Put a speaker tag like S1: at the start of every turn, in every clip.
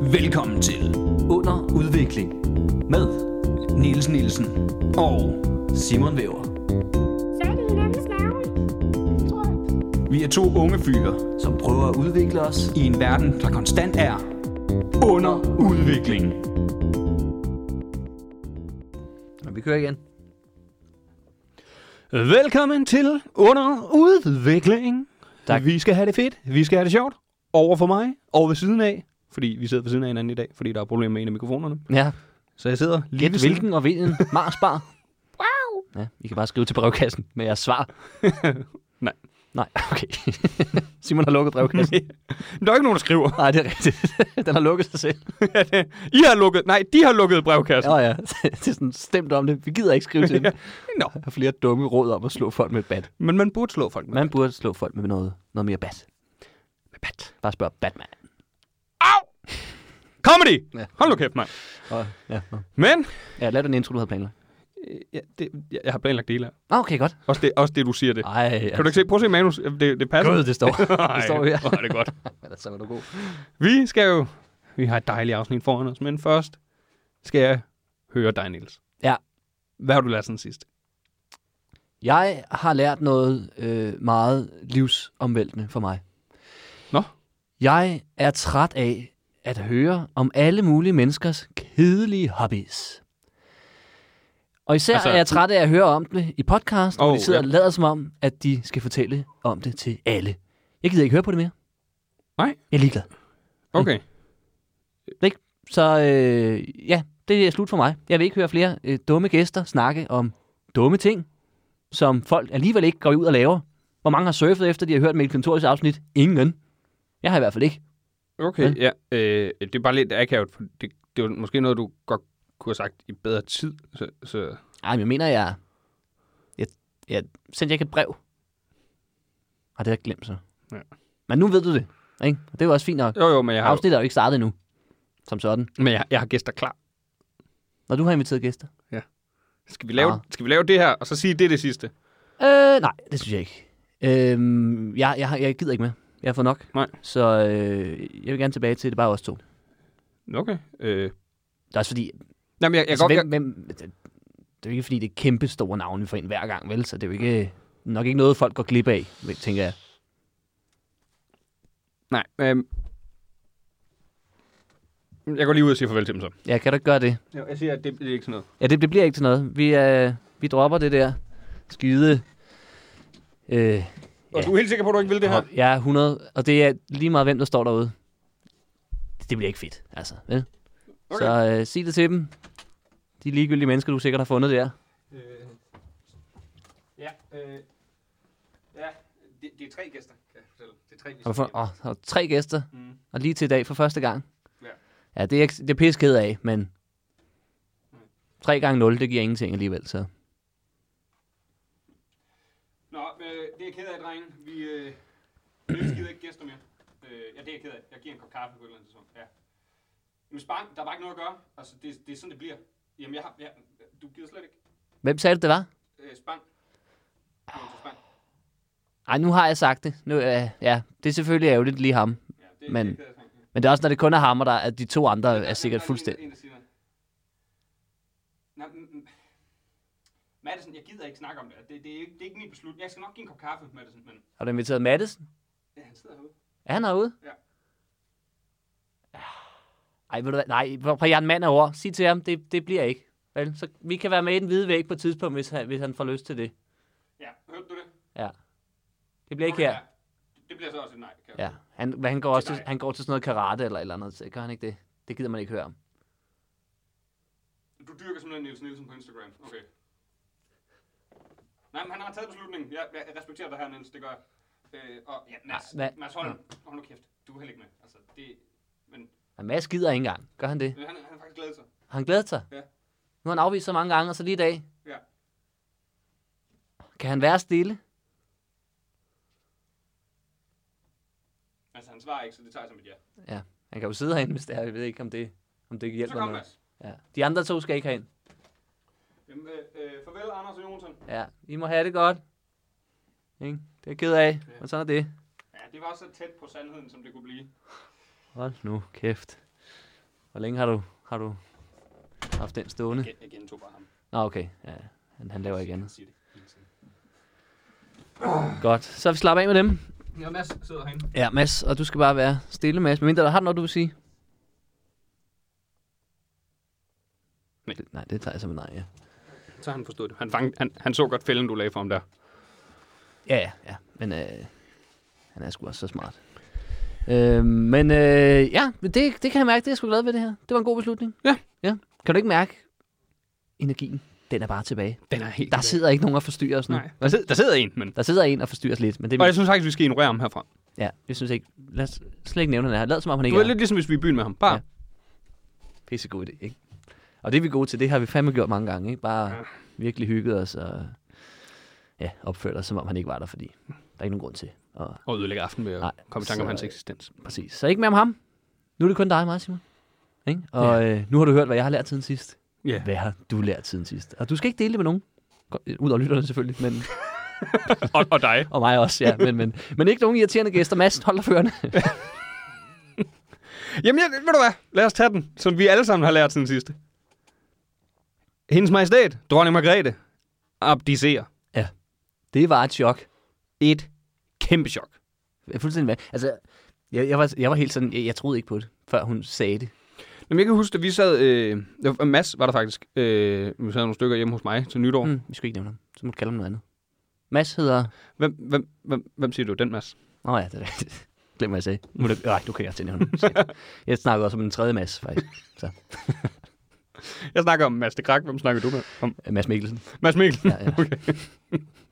S1: Velkommen til
S2: Under udvikling med
S1: Niels Nielsen og
S2: Simon Væver,
S3: Så er det hinandens navn. Tror jeg.
S1: vi er to unge fyre
S2: som prøver at udvikle os.
S1: i en verden, der konstant er under udvikling.
S2: Og vi kører igen.
S1: Velkommen til under udvikling.
S2: Tak.
S1: Vi skal have det fedt, vi skal have det sjovt, over for mig og ved siden af, fordi vi sidder ved siden af hinanden i dag, fordi der er problemer med en af mikrofonerne.
S2: Ja,
S1: Så jeg sidder lige ved
S2: gæt
S1: siden.
S2: hvilken og hvilken Mars bar.
S3: Wow.
S2: Ja, I kan bare skrive til brevkassen med jeres svar.
S1: Nej.
S2: Nej, okay. Simon har lukket brevkassen.
S1: Der er ikke nogen, der skriver.
S2: Nej, det er rigtigt. Den har lukket sig selv.
S1: I har lukket, nej, de har lukket brevkassen.
S2: Ja, ja. Det er sådan stemt om det. Vi gider ikke skrive til dem.
S1: Nå,
S2: Jeg har flere dumme råd om at slå folk med et bat.
S1: men man burde slå folk med.
S2: Man burde slå folk med noget, noget mere bat. Med bat. Bare spørg Batman.
S1: Comedy!
S2: Ja.
S1: Hold nu kæft, mand.
S2: Og, ja, nå.
S1: Men,
S2: ja, lav den intro, du havde planlagt.
S1: øh, ja, det, jeg, jeg har planlagt det hele her.
S2: Ah, okay, godt.
S1: Også det, også det, du siger det.
S2: Ej,
S1: Kan du ikke se? Prøv at se manus. Øh, Det, det passer.
S2: Gud, det står. det står her.
S1: Ej, hvor er det godt.
S2: Men så var du god.
S1: Vi skal jo... Vi har et dejligt afsnit foran os, men først skal jeg høre dig, Niels.
S2: Ja.
S1: Hvad har du lært sådan sidst?
S2: Jeg har lært noget øh, meget livsomvæltende for mig.
S1: Nå.
S2: Jeg er træt af at høre om alle mulige menneskers kedelige hobbies. Og
S1: Altså-
S2: især altså, er jeg træt af at høre om det i podcast, oh, hvor
S1: Oh,
S2: de sidder
S1: ja.
S2: og lader som om, at de skal fortælle om det til alle. Jeg gider ikke høre på det mere.
S1: Nej.
S2: Jeg er ligeglad.
S1: Okay.
S2: Så øh, ja, det er slut for mig. Jeg vil ikke høre flere øh, dumme gæster snakke om dumme ting, som folk alligevel ikke går ud og laver. Hvor mange har surfet efter, de har hørt Mikkel Kontoris afsnit? Ingen. Jeg har i hvert fald ikke.
S1: Okay, ja. Øh, det er bare lidt akavet, for det, det var måske noget, du godt kunne have sagt i bedre tid. Så, så...
S2: Ej, men jeg mener, jeg... Jeg, jeg sendte ikke et brev. Og det har jeg glemt så.
S1: Ja.
S2: Men nu ved du det, ikke? Og det er jo også fint nok.
S1: Jo, jo, men jeg har,
S2: Afsnittet er jo ikke startet endnu, som sådan.
S1: men jeg, jeg har gæster klar.
S2: Når du har inviteret gæster.
S1: Skal vi, lave,
S2: Ah.
S1: skal vi lave det her, og så sige, det er det sidste?
S2: Øh, nej, det synes jeg ikke. Øh, jeg, jeg, har- jeg gider ikke med. Jeg har fået nok.
S1: Nej.
S2: Så øh, jeg vil gerne tilbage til, at det bare er os to. Det
S1: Okay. Øh.
S2: er også fordi,
S1: Nej, men jeg, jeg,
S2: altså,
S1: altså, godt,
S2: hvem,
S1: jeg,
S2: hvem, det, det er jo ikke fordi, det er kæmpe store navne, vi får ind hver gang, vel? Så det er jo ikke, nok ikke noget, folk går glip af, vel, tænker jeg.
S1: nej, øhm. jeg går lige ud og siger farvel til dem så.
S2: Ja, kan du ikke gøre det?
S1: Jo, jeg siger, at det, det er ikke sådan noget.
S2: Ja, det, det bliver ikke til noget. Vi, øh, vi dropper det der skide... Øh,
S1: Og
S2: Ja.
S1: du er helt sikker på, at du ikke vil det her?
S2: hop- ja, 100. Og det er lige meget, hvem der står derude. Det, det bliver ikke fedt, altså. Vel? Okay. Så øh, sig det til dem. De ligegyldige mennesker, du sikkert har fundet der.
S1: Øh, ja, øh, ja det, det er tre gæster, kan jeg fortælle. Det er tre
S2: Har du fundet, åh, har du tre gæster,
S1: Mm.
S2: og lige til i dag for første gang.
S1: Ja.
S2: Ja, det er, ikke- det er pisse ked af, men 3 gange 0, det giver ingenting alligevel, så.
S1: Nå, øh, det er jeg ked af, drenge. Vi, øh, vi skider ikke gæster mere. Øh, ja, det er jeg ked af. Jeg giver en kop kaffe på et eller andet tidspunkt. Ja. Men spang, der er bare ikke noget at gøre. Altså, det, det er sådan, det bliver. Jamen, jeg har, jeg, du gider slet ikke.
S2: Hvem sagde det, det var?
S1: Øh, spang. Jamen, så spang.
S2: Ej, nu har jeg sagt det. Nu, øh, ja, det er selvfølgelig ærgerligt lige ham.
S1: Ja, det, det
S2: Men-
S1: er jeg ked af, drenge.
S2: Men det er også, når det kun er ham, og der, at de to
S1: Der
S2: andre er sikkert
S1: der
S2: fuldstændig...
S1: En, der siger noget. Nej, m- m- Madison, jeg gider ikke snakke om det. Det, det, er, ikke, det er ikke min beslutning. Jeg skal nok give en kop kaffe, Madison, men
S2: Har du inviteret Madison?
S1: ja, han sidder herude.
S2: Er han herude?
S1: Ja.
S2: Ej, ved du hvad? Nej, prøv prøv, jeg er en mand af ord. Sig til ham, det, det bliver ikke. Vel? Så vi kan være med i den hvide væg på et tidspunkt, hvis han, hvis han får lyst til det.
S1: Ja, hørte du det?
S2: Ja. Det bliver ikke
S1: Okay,
S2: her.
S1: ja. Det- Det bliver så også et nej. Kan jeg
S2: Ja, han, hvad han, går også
S1: Til
S2: til,
S1: dig.
S2: han går til sådan noget karate eller et eller andet. så Gør han ikke det? Det gider man ikke høre om.
S1: Du dyrker simpelthen Niels Nielsen på Instagram. Okay. Nej, men han har taget beslutningen. Jeg, jeg respekterer dig her, Niels. Det gør jeg. Øh, og ja, Mads,
S2: Ah, hvad-
S1: Mads Holm. Hold nu kæft. Du er heller ikke med. Altså, det, men
S2: Men Mads gider ikke engang. Gør han det?
S1: men han, han har faktisk glædet sig.
S2: Har han glædet sig?
S1: Ja.
S2: Nu har han afvist så mange gange, og så lige i dag.
S1: Ja.
S2: Kan han være stille?
S1: Altså, han svarer ikke, så det tager jeg som et ja.
S2: Ja. Han kan jo sidde herinde, hvis det er. Jeg ved ikke, om det, om det
S1: Så
S2: hjælper
S1: kom,
S2: noget.
S1: Mads.
S2: Ja. De andre to skal ikke herind.
S1: Jamen, øh, øh, farvel, Anders og Jonsson.
S2: Ja. I må have det godt. Ikke? Det er jeg ked af.
S1: Ja.
S2: Og sådan er det.
S1: Ja, det var så tæt på sandheden, som det kunne blive.
S2: Hold nu kæft. Hvor længe har du, har du haft den stående?
S1: Jeg, jeg gentog bare ham.
S2: Nå, okay. Ja, han, han laver ikke
S1: Han
S2: andet.
S1: siger det hele tiden.
S2: Godt. Så vi slapper af med dem.
S1: Ja, Mads sidder herinde.
S2: Ja, Mads, og du skal bare være stille, Mads. Men mindre, der har du noget, du vil sige?
S1: Nej.
S2: Det, nej, det tager jeg som en nej, ja.
S1: Så har han forstået det. Han, fang, han, han så godt fælden, du lagde for ham der.
S2: Ja, ja, ja. Men øh, han er sgu også så smart. Øh, men øh, ja, men det, det kan jeg mærke. Det er jeg sgu glad ved det her. Det var en god beslutning.
S1: Ja.
S2: ja. Kan du ikke mærke energien? Den er bare tilbage.
S1: Den er helt...
S2: Der sidder ikke nogen og forstyrrer os nu.
S1: Nej. Der, sidder, der sidder en, men...
S2: Der sidder en og forstyrrer os lidt, men det
S1: Og jeg synes faktisk, vi skal ignorere ham herfra.
S2: ja, jeg synes ikke. Lad os slet ikke nævne, at han er her. Lad som om han
S1: Du
S2: ikke
S1: er
S2: er.
S1: lidt ligesom, hvis vi er i byen med ham. Bare...
S2: Ja. pissegod idé, ikke? Og det er vi gode til, det har vi fandme gjort mange gange, ikke? Bare
S1: Ja.
S2: ja. virkelig hygget os og ja, opført os, som om han ikke var der, fordi der er ikke nogen grund til. Og,
S1: Og ødelægge aften ved at
S2: Nej,
S1: komme i tanke om
S2: så-
S1: hans eksistens.
S2: præcis. Så ikke mere om ham. Nu er det kun dig og mig, Simon. Ikke? Og ja. øh, nu har du hørt, hvad jeg har lært siden sidst.
S1: Ja.
S2: Hvad har du lært siden sidst? Og du skal ikke dele det med nogen. Godt, øh, Udover lytterne selvfølgelig, men,
S1: Og, og dig.
S2: og mig også, ja. Men, men, men ikke nogen irriterende gæster. Mads, hold dig førende.
S1: Jamen, jeg, ved du hvad? Lad os tage den, som vi alle sammen har lært siden sidste. Hendes majestæt, dronning Margrethe, abdicerer.
S2: det var et chok.
S1: Et kæmpe chok.
S2: Jeg er fuldstændig med. Altså, jeg, jeg, var, jeg var helt sådan, jeg, jeg troede ikke på det, før hun sagde det.
S1: Jamen, jeg kan huske, at vi sad... Øh, det var- Mads var der faktisk. Øh, vi sad nogle stykker hjemme hos mig til nytår. Mm.
S2: Mm, vi skal ikke nævne ham. Så må du kalde ham noget andet. Mads hedder...
S1: Hvem, hvem, hvem, hvem siger du? Den Mads?
S2: Nå ja, det er rigtigt. Glem, hvad jeg sagde. Nu er det... Nej, du kan jeg til nævne ham. Shit. Jeg snakkede også om en tredje Mads, faktisk.
S1: Jeg snakker om Mads de Krak. Hvem snakker du med? Om
S2: Øh, Mads Mikkelsen.
S1: Mads Mikkelsen.
S2: Ja, ja.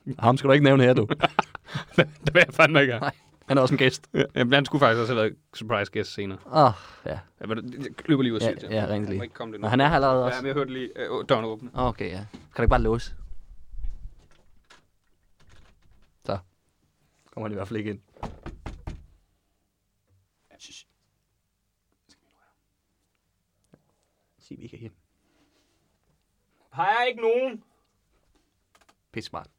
S2: Okay. Ham skal du ikke nævne her, du.
S1: det vil jeg fandme ikke have.
S2: Nej, han er også en gæst.
S1: Ja, Jamen, han skulle faktisk også have været surprise guest senere.
S2: Åh, oh, ja.
S1: Jeg, ved det- jeg løber lige ud og
S2: Ja,
S1: siger det til ham.
S2: ja, ring
S1: Han
S2: lige.
S1: må ikke komme det nu.
S2: Nå, han er her allerede
S1: Ja,
S2: også.
S1: men jeg hørte lige øh, døren åbne.
S2: Okay, ja. Kan du ikke bare låse? Så. Kommer han i hvert fald ikke ind. Sig, vi ikke er hjemme.
S1: Peger ikke nogen.
S2: Pisse smart.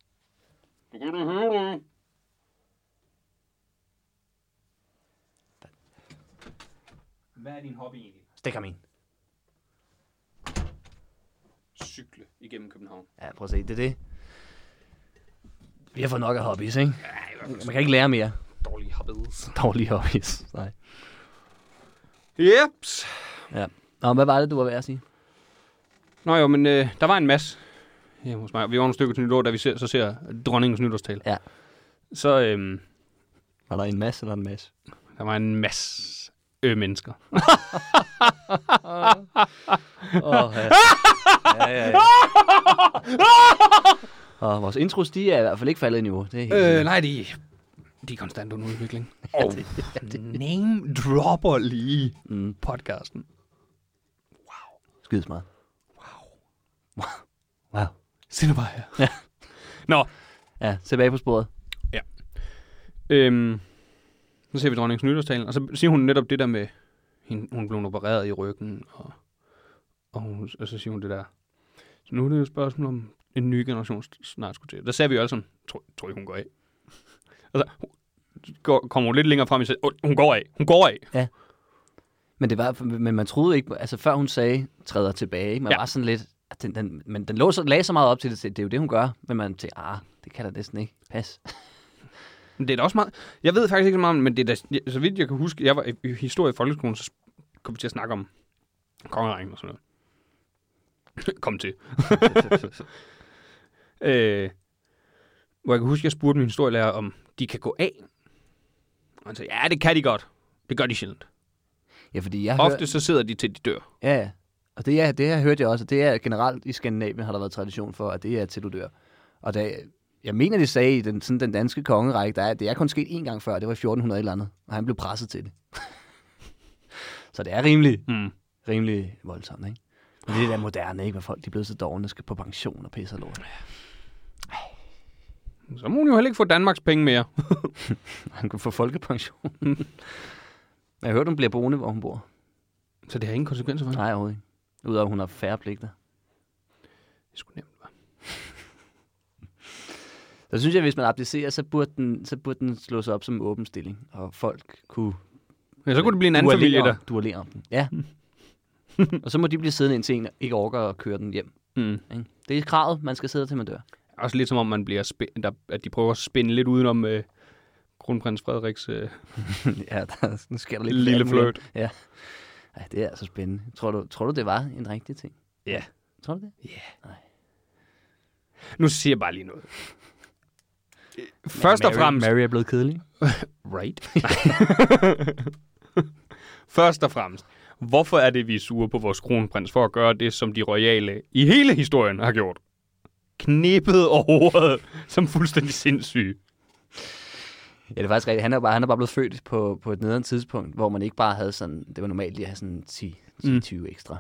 S1: Du kan da høre det. Hvad er din hobby egentlig?
S2: Stik ham ind.
S1: Cykle igennem København.
S2: Ja, prøv at se. Det er det. Vi har fået nok af hobbies, ikke?
S1: Nej, det
S2: Man kan ikke lære mere.
S1: dårlige hobbies.
S2: Dårlige hobbies. Nej.
S1: Jeps.
S2: Ja. Nå, hvad var det, du var ved at sige?
S1: Nå jo, men øh, der var en masse hjemme hos mig. Vi var nogle stykker til nytår, da vi ser, så ser dronningens nytårstal.
S2: Ja.
S1: Så øhm,
S2: Var der en masse eller en masse?
S1: der var en masse øh, mennesker.
S2: Åh, oh, ja. ja, ja, ja. Og vores intros, de er i hvert fald ikke faldet i niveau. Det er helt
S1: Øh,
S2: øh,
S1: nej, de, de er konstant under udvikling. Og name dropper lige
S2: Mm.
S1: podcasten.
S2: skide smart. Wow. Wow.
S1: Se nu bare her.
S2: Ja.
S1: Nå,
S2: Ja, tilbage på sporet.
S1: øhm, så ser vi dronningens nytårstalen, og så siger hun netop det der med, hende, hun blev opereret i ryggen, og, og, hun, og så siger hun det der. Så nu er det jo et spørgsmål om en ny generation snart skulle til. Der sagde vi jo alle sammen, tror, tror I, hun går af? altså, hun, går, kommer hun lidt længere frem i sig, "Åh, hun går af, hun går af.
S2: Men, det var, men man troede ikke, altså før hun sagde, træder tilbage, man
S1: Ja.
S2: ja. var sådan lidt, at den, den, men den lå så, lagde så meget op til det, det er jo det, hun gør, men man tænkte, ah, det kan da næsten ikke passe.
S1: Men det er da også meget... Jeg ved faktisk ikke så meget, om det, men det er da, så vidt jeg kan huske, jeg var i- i historie i folkeskolen, så kom vi til at snakke om kongerækken og sådan noget. kom til. øh, hvor jeg kan huske, jeg spurgte min historielærer, om de kan gå af. Og han sagde, ja, det kan de godt. Det gør de sjældent.
S2: ja, fordi jeg
S1: Ofte så sidder de til, de dør.
S2: Ja, ja. Og det, er, det her hørte jeg også, og det er generelt i Skandinavien har der været tradition for, at det er til du dør. Og da, jeg mener, de sagde i den, sådan den danske kongerække, der er, det er kun sket én gang før, det var i 1400 eller andet, og han blev presset til det. så det er rimelig,
S1: Mm.
S2: rimelig voldsomt, ikke? Men det er det der moderne, ikke? Hvor folk de er blevet så dårlige, skal på pension og pisse og lort.
S1: Så må hun jo heller ikke få Danmarks penge mere.
S2: Han kunne få folkepension. jeg hørte, hun bliver boende, hvor hun bor.
S1: Så det har ingen konsekvenser for hende.
S2: Nej, overhovedet ikke. Udover, at hun har færre pligter.
S1: Det skulle nemt være.
S2: Så synes jeg, at hvis man abdicerer, så burde den, så burde den slås op som åben stilling, og folk kunne
S1: Ja, så kunne det blive en anden
S2: duellere-
S1: familie der.
S2: Duellere om den. Ja. og så må de blive siddende, indtil en ikke orker at køre den hjem.
S1: Mm.
S2: Ikke? Det er kravet, man skal sidde til man dør.
S1: Også lidt som om, man bliver spin- der, at de prøver at spænde lidt udenom øh, kronprins Frederiks øh,
S2: ja, der, nu sker der lidt
S1: lille
S2: alt muligt.
S1: fløjt.
S2: Ej, det er altså spændende. Tror du, tror du, det var en rigtig ting?
S1: Ja.
S2: Tror du det?
S1: Nu siger jeg bare lige noget. Øh, Først og
S2: Mary-
S1: fremmest...
S2: Mary er blevet kedelig.
S1: Right. Først og fremmest, hvorfor er det, vi er sure på vores kronprins for at gøre det, som de royale i hele historien har gjort? Knippet og hovedet som fuldstændig sindssyge.
S2: Ja, det er faktisk rigtigt. Han er bare, han er bare blevet født på, på et nederen tidspunkt, hvor man ikke bare havde sådan... Det var normalt lige at have sådan 10-20
S1: Mm.
S2: ekstra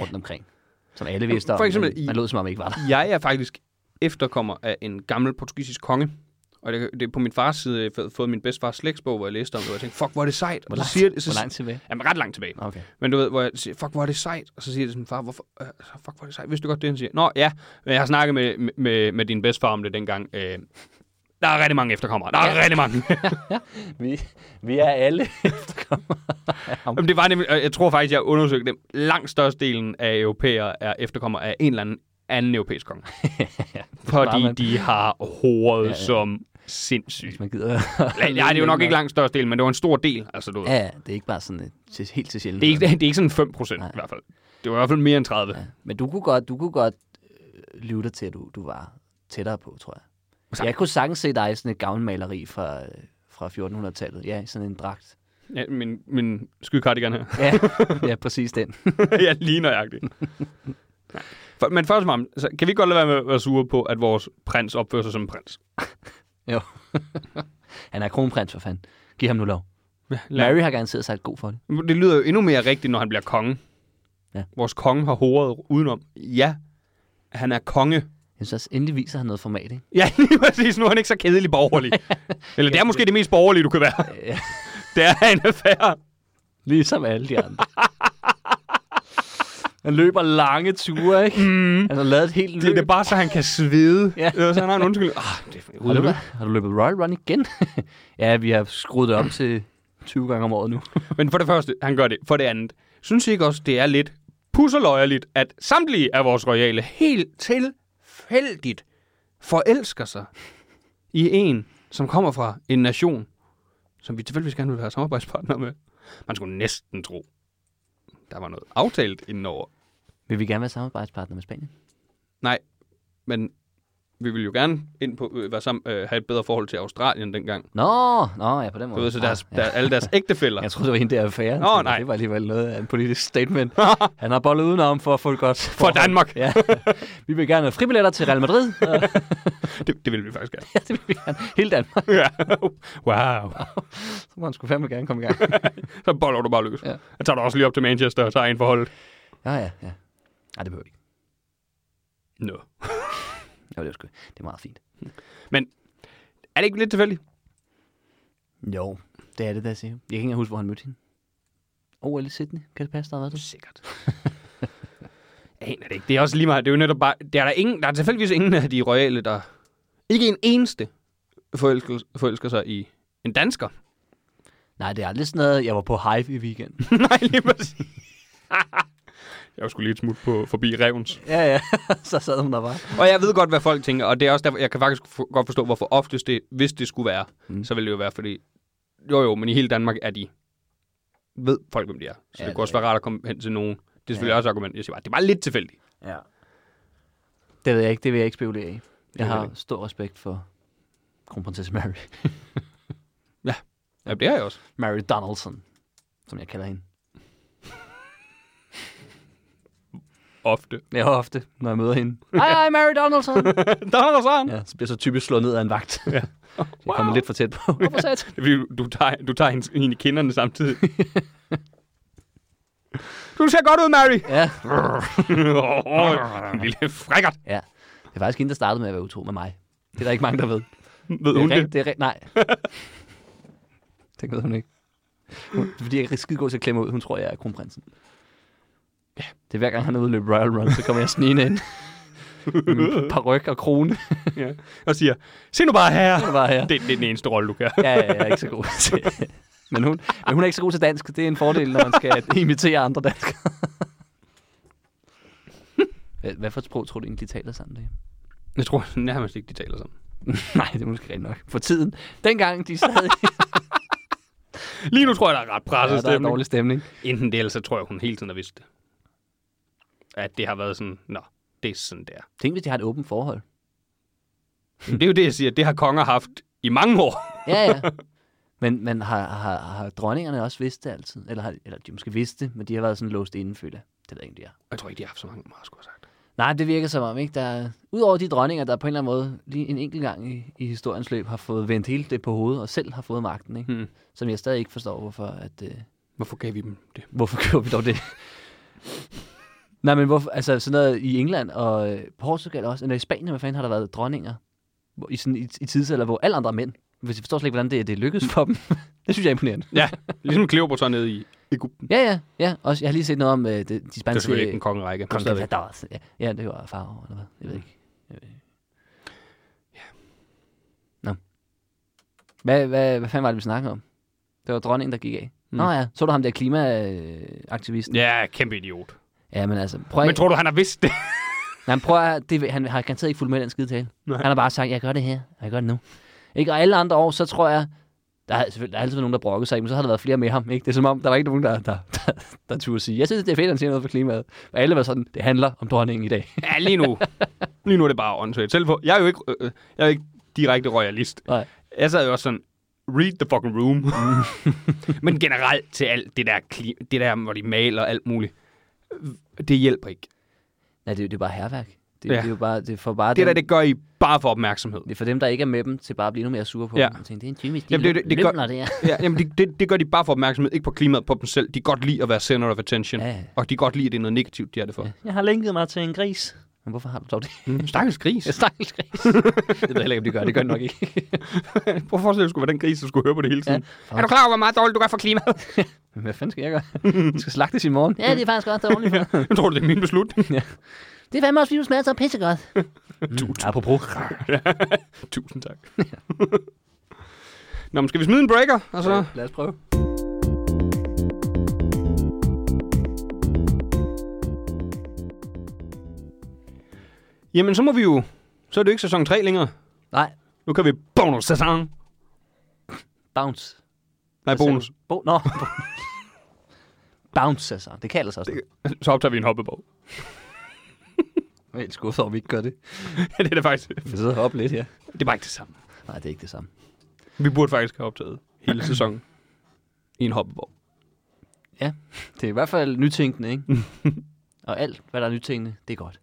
S2: rundt omkring. Som alle vidste om,
S1: For eksempel
S2: men
S1: i-
S2: man lod som om ikke var der.
S1: Jeg er faktisk efterkommer af en gammel portugisisk konge. Og det, det er på min fars side, jeg har fået min bedstfars slægtsbog, hvor jeg læste om det, og jeg tænkte, fuck, hvor er det sejt.
S2: Hvor
S1: og
S2: langt,
S1: så siger, det- så,
S2: hvor langt tilbage?
S1: Jamen, ret langt tilbage.
S2: Okay.
S1: Men du ved, hvor jeg siger, fuck, hvor er det sejt. Og så siger jeg til min far, hvorfor, øh, fuck, hvor er det sejt. Vidste du godt det, han siger? Nå, ja, men jeg har snakket med, med- med, med din bedstfar om det dengang. Øh, der er rigtig mange efterkommere. Der er ja. rigtig mange.
S2: Vi, vi er alle efterkommere.
S1: Jamen, det var nemlig, og jeg tror faktisk, jeg undersøgte dem. Langt størstedelen af europæere er efterkommere af en eller anden anden europæisk konge.
S2: Bare
S1: Fordi
S2: man-
S1: de har håret ja,
S2: ja.
S1: ja. som sindssygt.
S2: Hvis man gider.
S1: Ja, det er jo nok ikke langt størstedelen, men det var en stor del. Altså, du ved.
S2: Ja, ja, det er ikke bare sådan øh, til, helt til sjældent.
S1: Det, er ikke, det er ikke sådan 5 procent
S2: Nej.
S1: i hvert fald. Det var i hvert fald mere end 30. Ja.
S2: Ja. Men du kunne godt, du kunne godt øh, lyve dig til, at du, du var tættere på, tror jeg.
S1: Tak.
S2: Jeg kunne sagtens se dig i sådan et gavnmaleri fra, øh, fra 1400-tallet. Ja, i sådan en dragt.
S1: Ja, min, min skykardigan her.
S2: Ja, ja præcis den.
S1: ja, lige nøjagtigt. Nej. For, men først og fremmest, altså, kan vi ikke godt lade være med at være sure på, at vores prins opfører sig som en prins?
S2: Jo. Han er kronprins, for fanden. Giv ham nu lov.
S1: Ja,
S2: Mary har garanteret sagt god for det.
S1: Det lyder jo endnu mere rigtigt, når han bliver konge.
S2: Ja.
S1: Vores konge har hovedet udenom. Ja, han er konge.
S2: Jeg synes også, endelig viser han noget format, ikke?
S1: Ja, lige præcis. Nu er han ikke så kedelig borgerlig. Eller det er måske det mest borgerlige, du kan være.
S2: Ja.
S1: Det er en affære.
S2: Ligesom alle de andre. Han løber lange ture, ikke?
S1: Mm.
S2: Han har lavet et helt løb.
S1: Det er da bare, så han kan svede.
S2: Ja.
S1: ja. Så han har en undskyld. Ah, det er
S2: Har du,
S1: ude.
S2: har du løbet Royal Run igen? ja, vi har skruet det om til 20 gange om året nu.
S1: Men for det første, han gør det. For det andet, synes I ikke også, det er lidt pusseløjerligt, at samtlige af vores royale helt tilfældigt forelsker sig i en, som kommer fra en nation, som vi tilfældigvis gerne vil være samarbejdspartner med. Man skulle næsten tro, der var noget aftalt indenover.
S2: Vil vi gerne være samarbejdspartner med Spanien?
S1: Nej, men vi ville jo gerne ind på, øh, være sammen, øh, have et bedre forhold til Australien dengang.
S2: Nå, nå ja, på den
S1: Du
S2: måde.
S1: ved, så
S2: Ah,
S1: deres,
S2: ja.
S1: der, alle deres ægtefæller.
S2: Jeg troede, det var hende der affære.
S1: Nå,
S2: Tænkte,
S1: nej.
S2: Det var alligevel noget af en politisk statement. Han har bollet udenom for at få et godt
S1: For
S2: forhold.
S1: Danmark.
S2: Ja. Vi vil gerne have fribilletter til Real Madrid. Og
S1: Det, det ville vi faktisk gerne.
S2: det vil vi gerne. Hele Danmark.
S1: Ja. wow.
S2: Så må han skulle fandme gerne komme i gang.
S1: Så boller du bare løs.
S2: Ja.
S1: Ja. Jeg tager dig også lige op til Manchester og tager en forhold.
S2: Ja, ja, ja. Nej, det behøver vi ikke.
S1: Nå. No.
S2: Jo, det er sgu. Det er meget fint.
S1: Er det ikke lidt tilfældigt?
S2: Jo, det er det, der siger. Jeg kan ikke engang huske, hvor han mødte hende. OL i Sydney. Kan det passe, der har været det?
S1: Sikkert. Jeg aner det ikke. Det er også lige meget. Det er jo netop bare... Der er der, ingen, der er tilfældigvis ingen af de royale, der... Ikke en eneste forelsker, forelsker sig i en dansker.
S2: Nej, det er aldrig sådan noget, jeg var på Hive i weekend.
S1: Nej, lige præcis. jeg var sgu lige et smut på, forbi Revens.
S2: ja, ja. Så sad hun der bare.
S1: Og jeg ved godt, hvad folk tænker, og det er også derfor, jeg kan faktisk for, godt forstå, hvorfor oftest det, hvis det skulle være,
S2: Mm.
S1: mm. så ville det jo være, fordi jo jo, men i hele Danmark er de, ved folk, hvem de er. Så
S2: Ja,
S1: ja, det
S2: det
S1: kunne også
S2: er
S1: være rart at komme hen til nogen. Det er selvfølgelig ja. også et argument. Jeg siger bare, det er bare lidt tilfældigt.
S2: Ja. Det ved jeg ikke. Det vil jeg ikke spekulere i. Jeg
S1: ved jeg
S2: har
S1: ikke.
S2: stor respekt for kronprinsesse Mary.
S1: Ja, det er jeg også.
S2: Mary Donaldson, som jeg kalder hende.
S1: Ofte.
S2: Jeg har ofte, når jeg møder hende. Hej, hej, Mary Donaldson!
S1: Der er der sådan.
S2: ja, så bliver jeg så typisk slået ned af en vagt. Ja. Jeg kommer
S1: Wow.
S2: lidt for tæt på. Hvorfor sagde jeg
S1: Ja. Du tager, du tager hende, hende i kinderne samtidig. du ser godt ud, Mary.
S2: Ja.
S1: Åh, en lille frækkert.
S2: ja. Det er faktisk hende, der startede med at være utro med mig. Det er der ikke mange, der ved.
S1: Ved
S2: Det
S1: hun
S2: er
S1: det?
S2: rent, det er rent, nej. det ved hun ikke. Hun, det er fordi, jeg er skide god til at klemme ud. Hun tror, jeg er kronprinsen. Det er hver gang, han er ude og løbe Royal Run, så kommer jeg snigende ind. Med min paryk og krone.
S1: Ja. Og siger, se nu bare her.
S2: Det var her.
S1: Det, det er den eneste rolle, du kan.
S2: Ja, ja, jeg er ikke så god til. Men hun, men hun er ikke så god til dansk. Det er en fordel, når man skal imitere andre danskere. hvad for et sprog tror du egentlig, de taler sammen derhjemme?
S1: Jeg tror nærmest ikke, de taler sammen.
S2: Nej, det er måske rigtigt nok. For tiden, dengang de sad i
S1: Lige nu tror jeg, der er ret presset
S2: ja,
S1: ja,
S2: der er en
S1: stemning.
S2: dårlig stemning.
S1: Enten det, eller så tror jeg, hun hele tiden har vidst det. At det har været sådan, nå, det er sådan der.
S2: Tænk, hvis de har et åbent forhold.
S1: Det er jo det, jeg siger. Det har konger haft i mange år.
S2: Ja, ja. Men, men har, har, har dronningerne også vidst det altid? Eller, har, eller de måske vidst det, men de har været sådan låst inden, føler jeg. Det ved jeg ikke, om de er.
S1: Jeg tror ikke, de har haft så mange meget, skulle jeg have sagt.
S2: Nej, det virker som om, ikke? Der, er- udover de dronninger, der på en eller anden måde lige en enkelt gang i, i historiens løb har fået vendt hele det på hovedet og selv har fået magten, ikke?
S1: Hmm.
S2: Som jeg stadig ikke forstår, hvorfor at... Øh,
S1: Hvorfor gav vi dem det?
S2: Hvorfor gjorde vi dog det? Nej, men hvorfor, altså sådan noget i England og øh, Portugal også, eller i Spanien, hvad fanden har der været dronninger hvor, i, sådan, i, i tidsalder, hvor alle andre er mænd. Hvis jeg forstår slet ikke, hvordan det, det lykkedes for dem. det synes jeg er imponerende.
S1: Ja, ligesom Cleopatra nede i Ægypten.
S2: Ja, ja, ja. Også, jeg har lige set noget om øh, det, de
S1: Det er
S2: spanske...
S1: selvfølgelig ikke en kongerække. men
S2: Kong
S1: stadigvæk.
S2: Carlos. Ja, ja, det var far over, eller hvad? Jeg ved ikke. Jeg ved ikke. Nå. Hvad, hvad, hvad fanden var det, vi snakkede om? Det var dronningen, der gik af. Mm. Nå ja, så du ham der klimaaktivisten?
S1: Ja, kæmpe idiot.
S2: Ja, men altså, prøv
S1: Men
S2: at...
S1: tror du, han har vidst det?
S2: Nej, men prøv at, høre, det, han har garanteret ikke fulgt med i den skide tale. Nej. Han har bare sagt, jeg gør det her, og jeg gør det nu. Ikke? Og alle andre år, så tror jeg, der har, selvfølgelig, der har altid været nogen, der brokkede sig, ikke? men så har der været flere med ham. Ikke? Det er som om, der var ikke nogen, der, der, der, der turde sige, jeg synes, det er fedt, at han siger noget for klimaet. Og alle var sådan, det handler om dronningen i dag.
S1: Ja, lige nu. Lige nu er det bare åndssvagt. Selv for, jeg er jo ikke, øh, øh, jeg er ikke direkte royalist.
S2: Nej.
S1: Jeg sad jo også sådan, read the fucking room. Men generelt til alt det der, kli- det der, hvor de maler og alt muligt. øh, Det hjælper ikke.
S2: Nej, det, er jo- det er bare herværk. Det, ja.
S1: Ja.
S2: det er jo bare, det er for bare
S1: Det der,
S2: dem,
S1: det gør I bare for opmærksomhed.
S2: det er for dem, der ikke er med dem, til bare at blive endnu mere sure på
S1: Ja.
S2: dem. Jeg tænkte, det er en Jimmy, de
S1: Jamen, det- det- det gør-
S2: lømler, det her.
S1: Ja, jamen det, det, det gør de bare for opmærksomhed, ikke på klimaet, på dem selv. De kan godt lide at være center of attention.
S2: Ja.
S1: Og de kan godt lide, at det er noget negativt, de er det for.
S2: Jeg har linket mig til en gris. Men hvorfor har du dog det?
S1: Mm. Stakkels gris.
S2: Jeg
S1: Jeg
S2: stakkels gris. det ved jeg heller ikke, om de gør. Det gør de nok ikke.
S1: prøver at forestille dig, at det skulle være den gris, der skulle høre på det hele tiden.
S2: Ja.
S1: Ja. Er du klar over, hvor meget dårligt du gør for klimaet?
S2: Men Hvad fanden skal jeg gøre? Du skal slagtes i morgen. Ja, det er faktisk godt dårligt.
S1: Jeg tror, du, det er min beslutning.
S2: det er fandme også, fordi du smager så pissegodt. Mm, apropos.
S1: Tusind tak. Nå, men skal vi smide en breaker? altså? Og så...
S2: Lad os prøve.
S1: Jamen, så må vi jo... Så er det jo ikke sæson 3 længere.
S2: Nej,
S1: Nu kan vi bonus sæson.
S2: bounce.
S1: Nej, bonus.
S2: Bo Nå, bonus. bounce, altså. Det kalder sig sådan.
S1: Så optager vi en hoppebog.
S2: Jeg er helt skuffet over, vi ikke gør det.
S1: det er da faktisk...
S2: Vi sidder heroppe lidt, ja.
S1: Det er bare ikke det samme.
S2: Nej, det er ikke det samme.
S1: Vi burde faktisk have optaget hele sæsonen i en hoppebog.
S2: Ja, det er i hvert fald nytænkende, ikke? Og alt, hvad der er nytænkende, det er godt.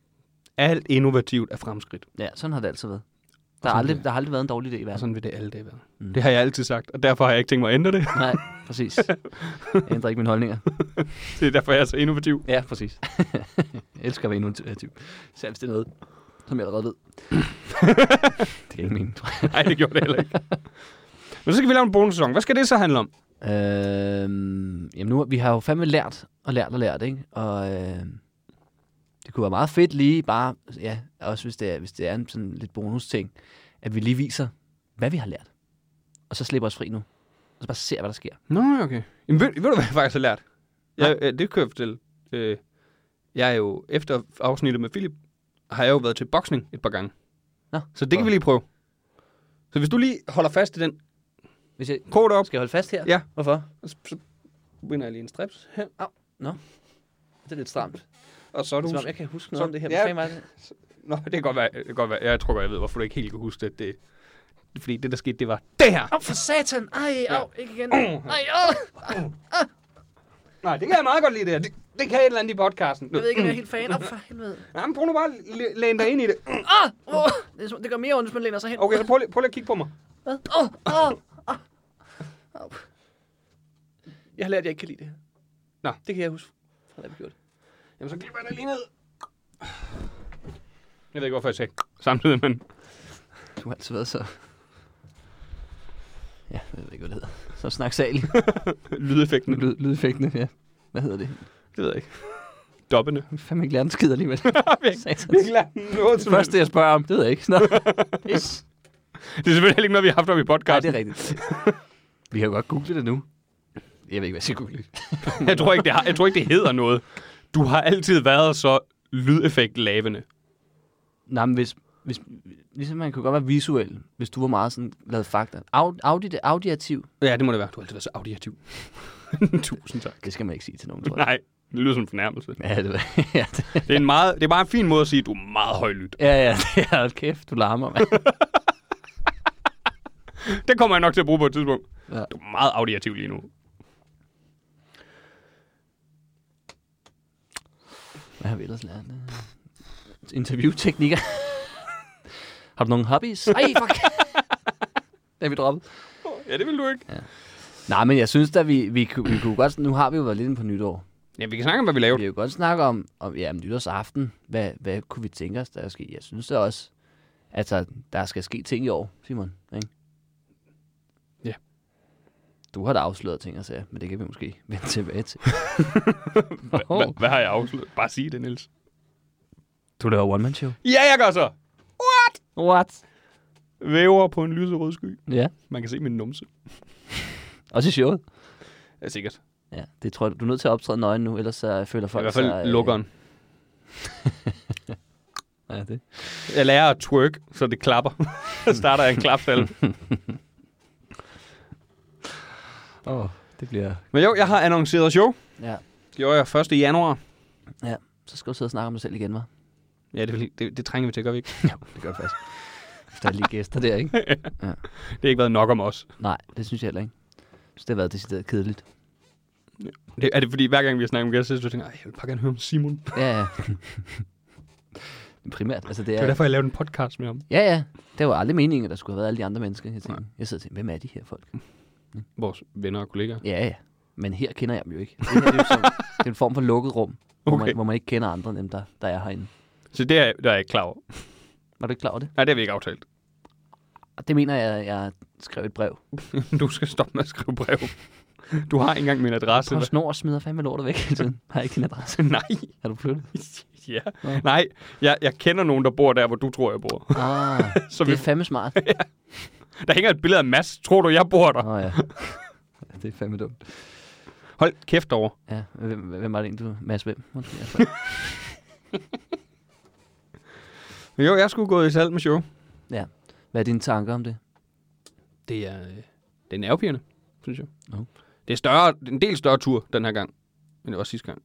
S1: Alt innovativt er fremskridt.
S2: Ja, sådan har det altid været. Der har,
S1: sådan
S2: aldrig,
S1: det.
S2: der har aldrig været en dårlig idé i
S1: Og
S2: verden.
S1: sådan vil det alle dage være. Mm. Det har jeg altid sagt, og derfor har jeg ikke tænkt mig at ændre det.
S2: Nej, præcis. Jeg ændrer ikke mine holdninger.
S1: Det er derfor, jeg er så innovativ.
S2: Ja, præcis. jeg elsker at være innovativ. Selv hvis det er noget, som jeg allerede ved. det er ikke min, tror jeg.
S1: Nej, det gjorde det heller ikke. Men så skal vi lave en bonussæson. Hvad skal det så handle om?
S2: Øhm, jamen nu, vi har jo fandme lært og lært og lært, ikke? Og øh, det kunne være meget fedt lige bare, ja, også hvis det er, hvis det er en sådan lidt bonus ting, at vi lige viser, hvad vi har lært. Og så slipper os fri nu. Og så bare ser, hvad der sker.
S1: Nå, okay. Jamen, ved, ved du, hvad jeg faktisk har lært? Jeg, øh, det kan jeg fortælle. Øh, jeg er jo, efter afsnittet med Philip, har jeg jo været til boksning et par gange.
S2: Nå.
S1: Så det kan vi lige prøve. Så hvis du lige holder fast i den
S2: Hvis jeg,
S1: kort op,
S2: skal jeg holde fast her?
S1: Ja.
S2: Hvorfor?
S1: så, så vinder jeg lige en strips her,
S2: Det er lidt stramt.
S1: og så er du...
S2: Som om jeg kan huske noget
S1: Så-
S2: om det her.
S1: Ja.
S2: Hvad fanden var det?
S1: Nå, det kan godt være, det kan godt være. Jeg tror godt, jeg ved, hvorfor du ikke helt kan huske det. det fordi det, der skete, det var det her.
S2: Åh, oh, for satan! Ej, au, ikke igen. Ej, au!
S1: Nej, det kan jeg meget godt lide, det her. Det, det kan et eller andet i podcasten.
S2: Jeg ved ikke, om jeg er helt fan. Åh, for helvede.
S1: Nej, men prøv nu bare at læ- læn dig ind i det.
S2: Åh! Oh, det, er som- det gør mere ondt, hvis man læner sig hen.
S1: Okay, så prøv, lige- prøv lige at kigge på mig.
S2: Hvad? Åh! Åh! Åh! Jeg har lært, at jeg ikke kan lide det her.
S1: Nå.
S2: Det kan jeg huske fra, da vi gjorde det.
S1: Jamen, så klipper jeg dig lige ned. Jeg ved ikke, hvorfor jeg sagde samtidig, men...
S2: Du har altid været så... Ja, jeg ved ikke, hvad det hedder. Så snak sal.
S1: Lydeffekten.
S2: Lyd, lydeffektene, ja. Hvad hedder det?
S1: Det ved jeg ikke. Dobbene.
S2: Jeg fandme ikke lært en skid alligevel. Satans.
S1: Virkelig noget
S2: Det
S1: som
S2: første, jeg spørger om, det ved jeg ikke. Nå. Pis.
S1: Det er selvfølgelig ikke noget, vi har haft om i
S2: Nej,
S1: podcasten.
S2: det er rigtigt. Vi har jo godt googlet det nu. Jeg ved ikke, hvad jeg skal google.
S1: jeg, tror ikke, det har, jeg tror ikke, det hedder noget. Du har altid været så lydeffekt lavende.
S2: Nej, men hvis, hvis, ligesom man kunne godt være visuel, hvis du var meget sådan lavet fakta. Au- Audi, audiativ,
S1: Ja, det må det være. Du har altid været så audiativ. Tusind tak.
S2: det skal man ikke sige til nogen, tror jeg.
S1: Nej, det lyder som en fornærmelse.
S2: Ja, det, ja, det,
S1: Det er, en meget, det er bare en fin måde at sige, at du er meget højlydt.
S2: ja, ja, det er hold kæft, du larmer, mand.
S1: Det kommer jeg nok til at bruge på et tidspunkt.
S2: Ja.
S1: Du er meget audiativ lige nu.
S2: Hvad har vi ellers lært? Øh, Interviewteknikker. har du nogle hobbies? Ej, fuck. det har vi droppet.
S1: Ja, det vil du ikke.
S2: Nej, men jeg synes da, vi, vi, kunne- vi kunne godt... Nu har vi jo været lidt inde på nytår.
S1: Ja, vi kan snakke om, hvad vi laver.
S2: Vi kan jo godt snakke om, om, ja, om nytårsaften. Hvad, hvad kunne vi tænke os, der skal Jeg synes da også, altså, der skal ske ting i år, Simon. Ikke?
S1: Ja.
S2: Du har da afsløret ting og sager, men det kan vi måske vende tilbage til.
S1: Hva- hva- Hvad har jeg afsløret? Bare sig det, Niels.
S2: Du laver one-man-show.
S1: Ja, jeg gør så.
S2: What?
S1: Væver på en lyserød sky.
S2: Ja,
S1: Man kan se min numse.
S2: også i showet.
S1: Ja, sikkert.
S2: Ja, det tror jeg, du er nødt til at optræde nøgen nu, ellers så føler
S1: I
S2: folk
S1: hvert
S2: sig,
S1: fald
S2: øh,
S1: lukkeren.
S2: Ja, det.
S1: Jeg lærer at twerk, så det klapper. Jeg starter jeg en klapsalve.
S2: Åh, oh, det bliver...
S1: Men jo, jeg har annonceret show.
S2: Ja,
S1: Det gjorde jeg 1. januar.
S2: så skal du sidde og snakke om dig selv igen, hva'?
S1: Ja, det, det, det trænger vi til, gør vi ikke?
S2: Det gør det faktisk. Efter lige gæster der, ikke?
S1: Det har ikke været nok om os.
S2: Nej, det synes jeg heller ikke. Så det har været decideret kedeligt.
S1: Det, er det fordi, hver gang vi har snakket om gæster, så tænker jeg, "Ej, jeg vil bare gerne høre om Simon. Det
S2: Ja, ja. Men Primært, altså det
S1: var
S2: er...
S1: derfor, jeg lavede en podcast med ham.
S2: Ja, ja. Det var aldrig meningen, at der skulle have været alle de andre mennesker. Jeg, tænkte, jeg sidder og tænker, hvem er de her folk?
S1: Vores venner og kollegaer.
S2: Ja, ja. Men her kender jeg dem jo ikke. Det, her, det, er, jo som, det er en form for lukket rum, hvor,
S1: Okay.
S2: man, hvor man ikke kender andre end dem, der, der er herinde.
S1: Så det er, der er jeg ikke klar over.
S2: Var du ikke klar over det?
S1: Nej, det har vi ikke aftalt.
S2: Og det mener jeg, jeg skrev et brev.
S1: Du skal stoppe med at skrive brev. Du har ikke engang min adresse.
S2: Prøv at snor og smider fandme lortet væk hele tiden. Har jeg ikke din adresse?
S1: Nej.
S2: Er du flyttet?
S1: Ja.
S2: Nå.
S1: Nej, jeg, jeg kender nogen, der bor der, hvor du tror, jeg bor.
S2: Ah,
S1: Så
S2: det
S1: vi,
S2: er fandme smart.
S1: der hænger et billede af Mads. Tror du, jeg bor der?
S2: Åh oh, ja. Det er fandme dumt.
S1: Hold kæft over.
S2: Ja, hvem, hvem var det en, du... Mads hvem? Undskyld, jeg spørger.
S1: Jo, jeg skulle gået i salg med show.
S2: ja. Hvad er dine tanker om det?
S1: Det er, øh, det er nervepirrende, synes jeg.
S2: Nå.
S1: Det er større, det er en del større tur den her gang, end det var sidste gang.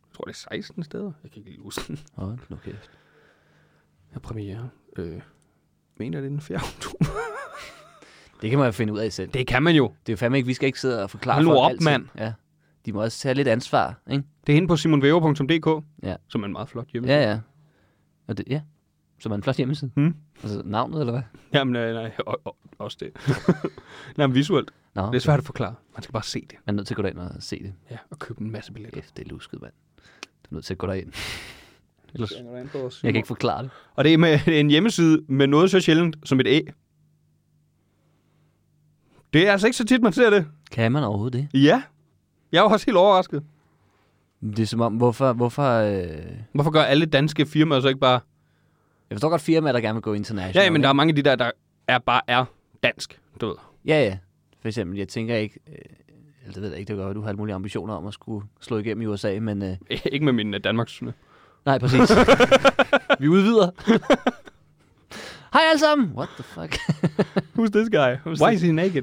S1: Jeg tror, det er 16 steder. Jeg kan ikke lige huske den.
S2: Åh, oh, nu kæft.
S1: Jeg har premiere. Øh, mener jeg, det er den 4. oktober?
S2: Det kan man jo finde ud af selv. Det,
S1: Det kan man jo.
S2: det er jo fandme ikke, vi skal ikke sidde og forklare
S1: Hold nu
S2: folk
S1: op,
S2: alting.
S1: mand.
S2: Ja. De må også tage lidt ansvar, ikke?
S1: Det er inde på simonvæver.dk,
S2: Ja.
S1: som er en meget flot hjemmeside.
S2: Ja, ja. Og det, ja. Som er en flot hjemmeside.
S1: Hmm.
S2: Altså navnet, eller hvad?
S1: Jamen, nej, nej, og, og, også det. nej, men visuelt.
S2: Nå,
S1: Det er svært at forklare. Man skal bare se det.
S2: man er nødt til at gå derind og se det.
S1: Ja, og købe en masse billetter.
S2: Kæft, det er lusket, mand. Du er nødt til at gå derind.
S1: Ellers...
S2: Jeg kan ikke forklare det.
S1: Og det er med det er en hjemmeside med noget så sjældent som et æ. Det er altså ikke så tit, man ser det.
S2: Kan man overhovedet det?
S1: Ja. Jeg var også helt overrasket.
S2: Det er som om, hvorfor... hvorfor øh...
S1: Hvorfor gør alle danske firmaer så ikke bare...
S2: Jeg forstår godt firmaer, der gerne vil gå international.
S1: Ja, men der er mange af de der, der er bare er dansk, du ved.
S2: Ja, ja. For eksempel, jeg tænker ikke, øh, eller det ved jeg ikke, det gør, at du har alle mulige ambitioner om at skulle slå igennem i USA, men øh,
S1: Ikke med min uh, Danmarks...
S2: nej, præcis. Vi udvider. Hej alle sammen! What the fuck?
S1: Who's this guy? Why is he naked?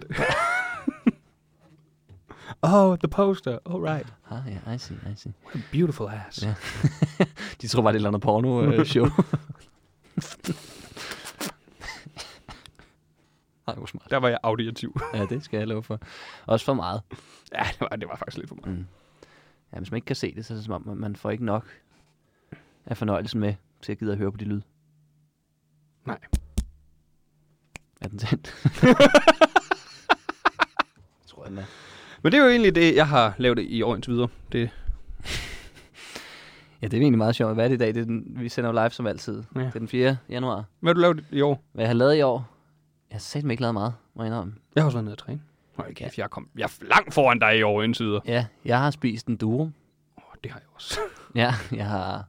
S1: oh, the poster. All right.
S2: Ah, ja, I see, I see.
S1: What a beautiful ass.
S2: Ja. De tror bare, det er et eller andet øh, porno-show. Nej, hvor smart.
S1: Der var jeg auditiv.
S2: Ja, det skal jeg love for. Også for meget. Mm.
S1: ja, det var, det var faktisk lidt for meget.
S2: Ja, hvis man ikke kan se det, så er det som om, at man får ikke nok af fornøjelsen med til at gide at høre på de lyd.
S1: Nej.
S2: Er den tændt? Jeg tror, den er.
S1: Men det er jo egentlig det, jeg har lavet i år indtil videre. Det,
S2: Ja, det er egentlig meget sjovt. Hvad er det i dag? Det er den, vi sender jo live som altid.
S1: Ja.
S2: Ja. Det er den 4. januar.
S1: hvad har du lavet i år?
S2: Hvad jeg har lavet i år? Jeg har satme ikke lavet meget, må jeg indrømme.
S1: Jeg har også været nede at træne. Hold kæft, jeg er, kom, jeg er langt foran dig i år indtil videre.
S2: Ja, jeg har spist en durum.
S1: Oh, det har jeg også.
S2: Ja, jeg har...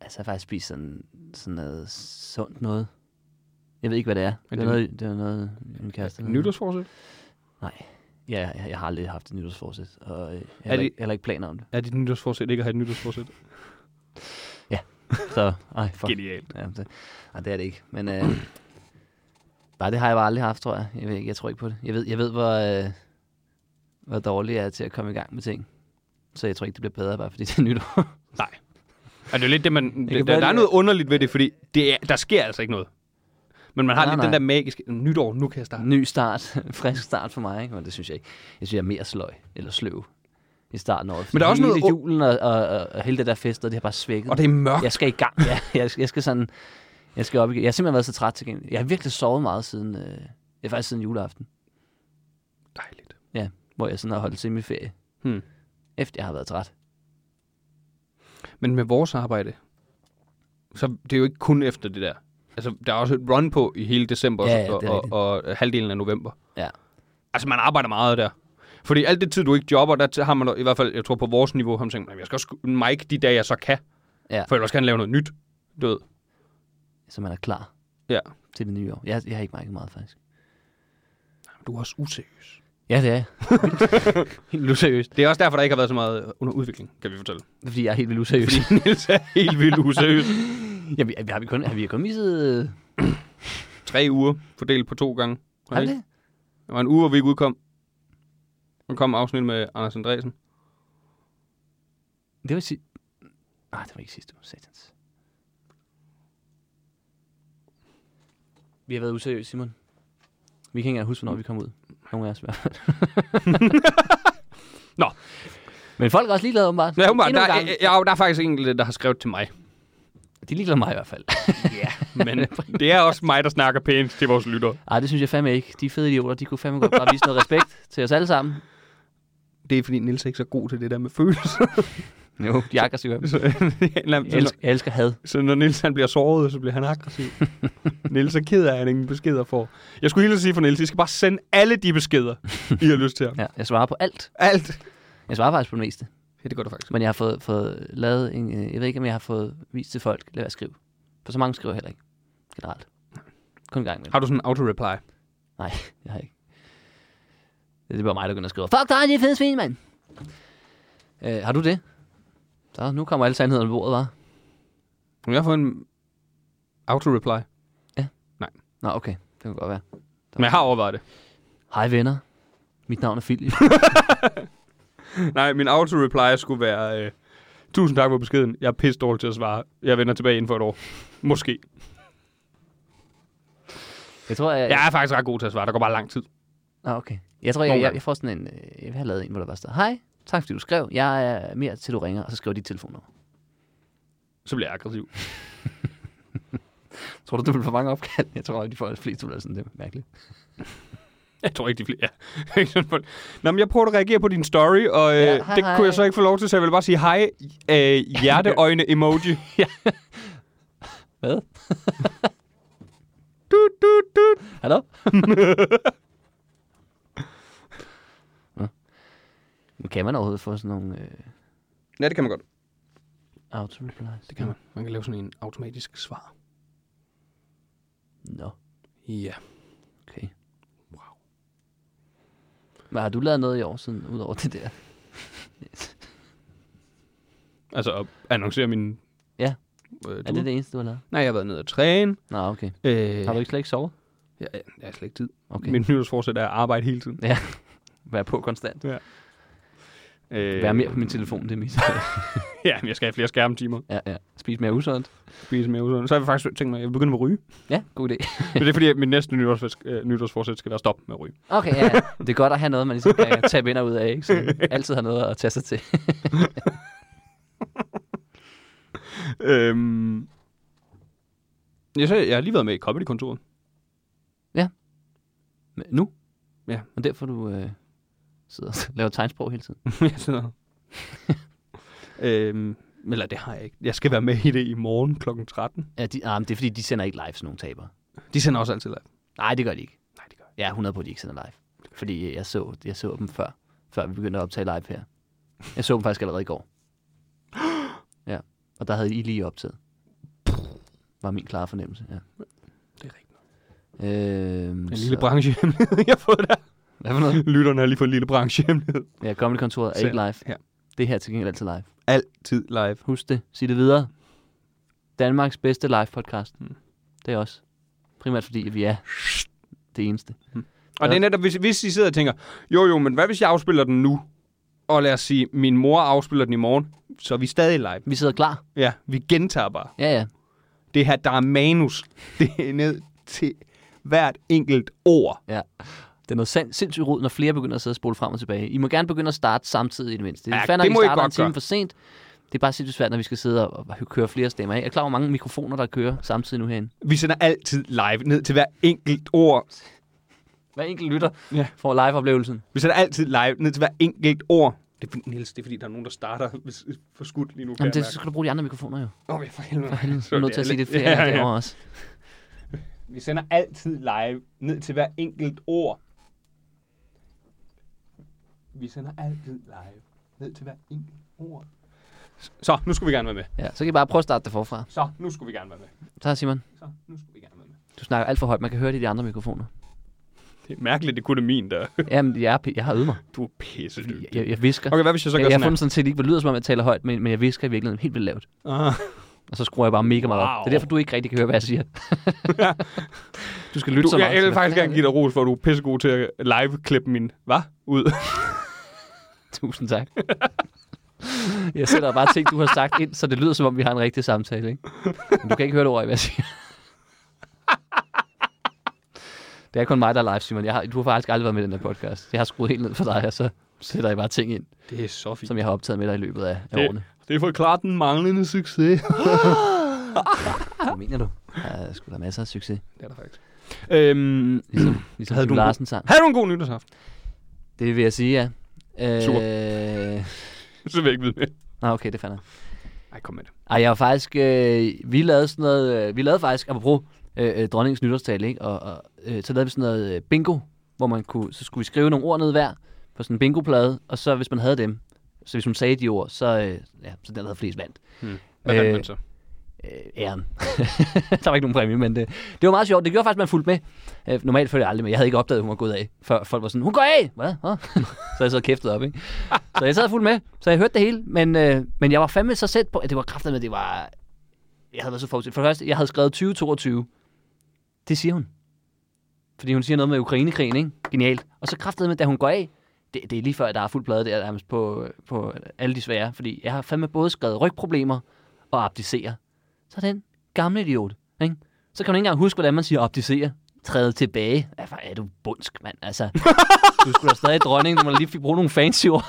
S2: Altså, jeg har faktisk spist sådan, sådan noget sundt noget. Jeg ved ikke, hvad det er.
S1: Men
S2: Det er
S1: det-
S2: noget, det er noget, min kæreste...
S1: Nytårsforsæt?
S2: Nej. Ja, jeg, jeg har aldrig haft et nytårsforsæt, og øh, jeg har
S1: det-
S2: heller, ikke- heller ikke planer om det.
S1: Er dit nytårsforsæt ikke at have et nytårsforsæt?
S2: Så, ej, fuck.
S1: Genialt.
S2: Ja, det, nej, det er det ikke. Men øh, bare det har jeg bare aldrig haft, tror jeg. Jeg, ved, ikke, jeg tror ikke på det. Jeg ved, jeg ved hvor, øh, hvor dårlig jeg er til at komme i gang med ting. Så jeg tror ikke, det bliver bedre, bare fordi det er nytår.
S1: Er det er jo lidt det, man...
S2: kan
S1: Det, der, der er
S2: bare lide-
S1: noget underligt ved det, fordi det er, der sker altså ikke noget. Men man har
S2: Nej,
S1: lidt
S2: nej.
S1: den der magiske... Nytår, nu kan jeg starte.
S2: Ny start. Frisk start for mig, ikke? Men det synes jeg ikke. Jeg synes, jeg er mere sløj eller sløv i starten af året.
S1: Men der er også
S2: hele
S1: noget-
S2: julen og, og, og, og hele det der fest, og det har bare svækket.
S1: Og det er mørkt.
S2: Jeg skal i gang. Ja, jeg, skal- jeg skal sådan... Jeg skal op igen. Jeg har simpelthen været så træt til gengæld. Jeg har virkelig sovet meget siden... Øh, ja, faktisk siden juleaften,
S1: Dejligt.
S2: hvor jeg sådan har holdt semiferie.
S1: Hmm.
S2: Efter jeg har været træt.
S1: Men med vores arbejde, så det er jo ikke kun efter det der. Altså, der er også et run på i hele december
S2: Ja, ja,
S1: og,
S2: det er
S1: og, og halvdelen af november.
S2: Ja.
S1: Altså, man arbejder meget der. Fordi alt det tid, du ikke jobber, der har man i hvert fald, jeg tror på vores niveau, har man tænkt, "Nej, jeg skal også mic de dage, jeg så kan.
S2: Ja.
S1: For ellers kan han lave noget nyt. Du ved.
S2: Så man er klar
S1: Ja.
S2: til det nye år. Jeg, jeg har ikke mærket meget, faktisk.
S1: Du er også useriøs.
S2: Ja, det er jeg. helt useriøst.
S1: Det er også derfor, der ikke har været så meget under udvikling, kan vi fortælle.
S2: Fordi jeg er helt vildt useriøs.
S1: Fordi Niels er helt vildt useriøs.
S2: Ja, vi, har, vi kun, har vi kun misset...
S1: Tre uger fordelt på to gange.
S2: Har vi det?
S1: Der var en uge, hvor vi ikke udkom. Nu kom afsnit med Anders Andresen.
S2: Det var sidste... Nej, det var ikke sidste uge. Satans. Vi har været useriøse, Simon. Vi kan ikke engang huske, hvornår vi kom ud. Nogle af os i hvert fald.
S1: Nå.
S2: Men folk er også ligeglade, åbenbart.
S1: Ja, åbenbart,
S2: Endnu
S1: der,
S2: en
S1: er,
S2: gang.
S1: ja, der er faktisk enkelte, der har skrevet til mig.
S2: De er ligeglade med mig i hvert fald.
S1: Ja. Men det er også mig, der snakker pænt til vores lyttere.
S2: Ej, det synes jeg fandme ikke. De fede idioter, de kunne fandme godt bare vise noget respekt til os alle sammen.
S1: Det er, fordi Nils er ikke så god til det der med følelser.
S2: Jo, de er aggressive.
S1: så, nej, men
S2: Jeg
S1: så, når,
S2: elsker, jeg elsker had.
S1: så når Nils han bliver såret, så bliver han aggressiv. Nils er ked af, at han ingen beskeder får. Jeg skulle hilse sige for Nils, I skal bare sende alle de beskeder, I har lyst til.
S2: Ja, jeg svarer på alt.
S1: Alt.
S2: Jeg svarer faktisk på det meste.
S1: Ja, det gør du faktisk.
S2: Men jeg har fået, fået lavet en... øh, Jeg ved ikke, om jeg har fået vist til folk, lad være at skrive. For så mange skriver jeg heller ikke. Generelt. Kun en gang imellem.
S1: Har du sådan en auto-reply?
S2: Nej, jeg har ikke. Det er bare mig, der begynder at skrive. Fuck dig, det er fede svin, mand! Øh, har du det? Så, nu kommer alle sandhederne på bordet, var.
S1: Kunne jeg få en auto-reply?
S2: Nå, okay. Det kan godt være.
S1: Men jeg har overvejet det.
S2: Hej venner. Mit navn er Philip.
S1: Nej, min auto-reply skulle være... Øh, Tusind tak for beskeden. Jeg er pisse dårlig til at svare. Jeg vender tilbage inden for et år. Måske.
S2: Jeg tror, jeg...
S1: Jeg er faktisk ret god til at svare. Der går bare lang tid.
S2: Nå, okay. Jeg tror,
S1: Nogle
S2: jeg, jeg,
S1: gange.
S2: jeg får sådan en... øh, Jeg vil have lavet en, hvor der bare står, hej, tak fordi du skrev. Jeg er mere til, du ringer, og så skriver dit telefonnummer.
S1: Så bliver jeg aggressiv.
S2: Tror du, du vil få mange opkald? Jeg tror, de får flest, du sådan det. er Mærkeligt.
S1: Jeg tror ikke, de bliver. Ja. Ikke sådan folk. Nå, men jeg prøver at reagere på din story, og øh,
S2: Ja, hej,
S1: det
S2: hej.
S1: kunne jeg så ikke få lov til, så jeg vil bare sige hej, øh, hjerteøjne-emoji.
S2: Hvad?
S1: Du, du, du.
S2: Hallo? Nå. Men kan man overhovedet få sådan nogle øh,
S1: Ja, det kan man godt.
S2: auto-replies?
S1: Det kan man. Man kan lave sådan en automatisk svar.
S2: Nå,
S1: Ja.
S2: okay.
S1: Wow.
S2: Men har du lavet noget i år siden, ud over det der?
S1: Altså, at annoncere min...
S2: Ja.
S1: Øh,
S2: Er det det eneste, du har lavet?
S1: Nej, jeg har været nede og træne.
S2: Nå, okay.
S1: Øh,
S2: Har du ikke slet ikke sovet?
S1: Jeg, jeg, jeg har slet ikke tid.
S2: Okay.
S1: Okay. Min nytårsforsæt er at arbejde hele tiden.
S2: Ja, vær på konstant.
S1: Øh,
S2: Vær mere på min telefon, det er mit.
S1: Ja, men jeg skal have flere skærmtimer.
S2: ja, ja. Spis mere usundt.
S1: Spise mere usundt. Så har jeg faktisk tænkt mig, at jeg begynder med at ryge.
S2: Ja, god idé.
S1: Men det er fordi, at min næste nytårsforsæt, øh, nytårsforsæt skal være stop med at ryge.
S2: Okay, ja, ja. Det er godt at have noget, man ligesom kan tabe ind og ud af, ikke? Så man altid har noget at tage sig til.
S1: Øhm, jeg, så, jeg har lige været med i Comedy-kontoret.
S2: Men nu?
S1: Ja.
S2: Og derfor du øh, sidder og laver tegnsprog hele tiden.
S1: jeg sidder øhm, eller det har jeg ikke. Jeg skal være med i det i morgen kl. 13.
S2: Ja, de, ah, men det er fordi, de sender ikke live, sådan nogle tabere.
S1: De sender også altid live.
S2: Nej, det gør de ikke.
S1: Nej, det gør jeg.
S2: Jeg er 100 på, at de ikke sender live. Fordi jeg så, jeg så dem før, før vi begyndte at optage live her. Jeg så dem faktisk allerede i går. Ja, og der havde I lige optaget. Var min klare fornemmelse, ja.
S1: Det er rigtigt.
S2: Øhm,
S1: En lille
S2: så-
S1: branche, jeg har fået der.
S2: Hvad for noget?
S1: Lytterne har lige fået en lille branchehemmelighed.
S2: Ja, Comedy-kontoret er
S1: Selv.
S2: ikke live.
S1: Ja.
S2: Det her er til gengæld altid live.
S1: Altid live.
S2: Husk det. Sig det videre. Danmarks bedste live podcast. Mm. Det er os. Primært fordi, at vi er det eneste.
S1: Og
S2: Ja.
S1: ja. det er netop, hvis, hvis I sidder og tænker, jo jo, men hvad hvis jeg afspiller den nu? Og lad os sige, min mor afspiller den i morgen, så er vi stadig live.
S2: Vi sidder klar.
S1: Ja, vi gentager bare.
S2: Ja, ja.
S1: Det her, der er manus. Det er ned til hvert enkelt ord.
S2: Det er noget sind- sindssygt rod, når flere begynder at sidde og spole frem og tilbage. I må gerne begynde at starte samtidig i det mindste. Det
S1: Ja,
S2: er fandme,
S1: det
S2: at I
S1: må I
S2: starter en
S1: godt
S2: time
S1: gøre.
S2: for sent. Det er bare sindssygt svært, når vi skal sidde og og køre flere stemmer af. Jeg er klar, hvor mange mikrofoner, der kører samtidig nu herinde.
S1: Vi sender altid live ned til hver enkelt ord.
S2: Hver enkelt lytter
S1: Ja.
S2: får live-oplevelsen.
S1: Vi sender altid live ned til hver enkelt ord. Det er, fordi- Niels, det er fordi, der er nogen, der starter hvis- forskudt lige nu.
S2: Jamen, det, så
S1: så...
S2: skal du bruge de andre mikrofoner jo.
S1: Okay, for helvede.
S2: For helvede,
S1: Så
S2: du er nødt til at sige det flere gange
S1: ja, ja.
S2: derovre også.
S1: Vi sender altid live ned til hver enkelt ord. Vi sender altid live ned til hver enkelt ord. Så, nu skulle vi gerne være med.
S2: Ja, så kan I bare prøve at starte det forfra.
S1: Så, nu skulle vi gerne være med.
S2: Så Simon,
S1: Så, nu skulle vi gerne være med.
S2: du snakker alt for højt. Man kan høre det i de andre mikrofoner.
S1: Det er mærkeligt, det kunne det min, der...
S2: Jamen, jeg, er, jeg har øvet mig.
S1: Du er pisse
S2: Jeg, jeg, jeg visker.
S1: Okay, hvad hvis jeg så
S2: jeg,
S1: gør
S2: jeg har
S1: sådan
S2: fundet sådan set ikke, det lyder som om, jeg taler højt, men, men jeg visker i virkeligheden helt vildt lavt.
S1: her? Ah,
S2: Og så skruer jeg bare mega meget op.
S1: Wow.
S2: Det er derfor, du ikke rigtig kan høre, hvad jeg siger. du skal lytte
S1: du,
S2: så
S1: jeg,
S2: meget.
S1: jeg
S2: til
S1: vil
S2: det.
S1: faktisk gerne give dig ros, for at du er pissegod til at live-klippe min... Hvad? Ud.
S2: Tusind tak. Jeg sætter bare ting, du har sagt ind, så det lyder, som om vi har en rigtig samtale. Ikke? Men du kan ikke høre det over, i, hvad jeg siger. Det er kun mig, der er live, Simon. Jeg har, du har faktisk aldrig været med i den her podcast. Jeg har skruet helt ned for dig, og så sætter jeg bare ting ind,
S1: det er så fint.
S2: som jeg har optaget med dig i løbet af, af
S1: Det-
S2: årene.
S1: Det forklarer den manglende succes.
S2: Hvad mener du? Der er sgu da masser af succes.
S1: det er der faktisk. Øhm,
S2: Ligesom,
S1: Havde
S2: ligesom Havde
S1: du en god-
S2: Larsen sang.
S1: havde du en god nytårsaften?
S2: Det vil jeg sige, ja. Øh,
S1: Super.
S2: Super.
S1: Så vil jeg ikke vide mere.
S2: Nå, okay, det fandt jeg.
S1: Ej, kom med det.
S2: Ej, jeg var faktisk... Øh, vi lavede sådan noget... Øh, vi lavede faktisk, apropos øh, øh, dronningens nytårstal, ikke? Og, og øh, så lavede vi sådan noget øh, bingo, hvor man kunne... Så skulle vi skrive nogle ord ned hver på sådan en bingoplade, og så hvis man havde dem, så hvis man sagde de ord, så, øh, ja, så den der havde flest vandt.
S1: Hvad øh,
S2: Øh,
S1: fandt man så?
S2: øh, æren. der var ikke nogen præmie, men det, det var meget sjovt. Det gjorde faktisk, at man fulgte med. Øh, normalt følger jeg aldrig med. Jeg havde ikke opdaget, at hun var gået af, før folk var sådan, hun går af! Hvad? Hå? så jeg så kæftet op, ikke? Så jeg sad og fulgte med, så jeg hørte det hele. Men, øh, men jeg var fandme så sæt på, at det var kraftigt med, det var... Jeg havde været så forudset. For det første, jeg havde skrevet 2022. Det siger hun. Fordi hun siger noget med Ukrainekrigen, ikke? Genialt. Og så kraftet med, da hun går af, det, det er lige før, at der er fuld plade der nærmest på, på alle de svære. Fordi jeg har fandme både skrevet rygproblemer og abdicere. Så er den gamle idiot, ikke? Så kan man ikke engang huske, hvordan man siger abdicere. Træde tilbage. Ja, hvor er du bundsk, mand? Altså, du skulle da stadig dronning, når man lige fik bruge nogle fancy ord.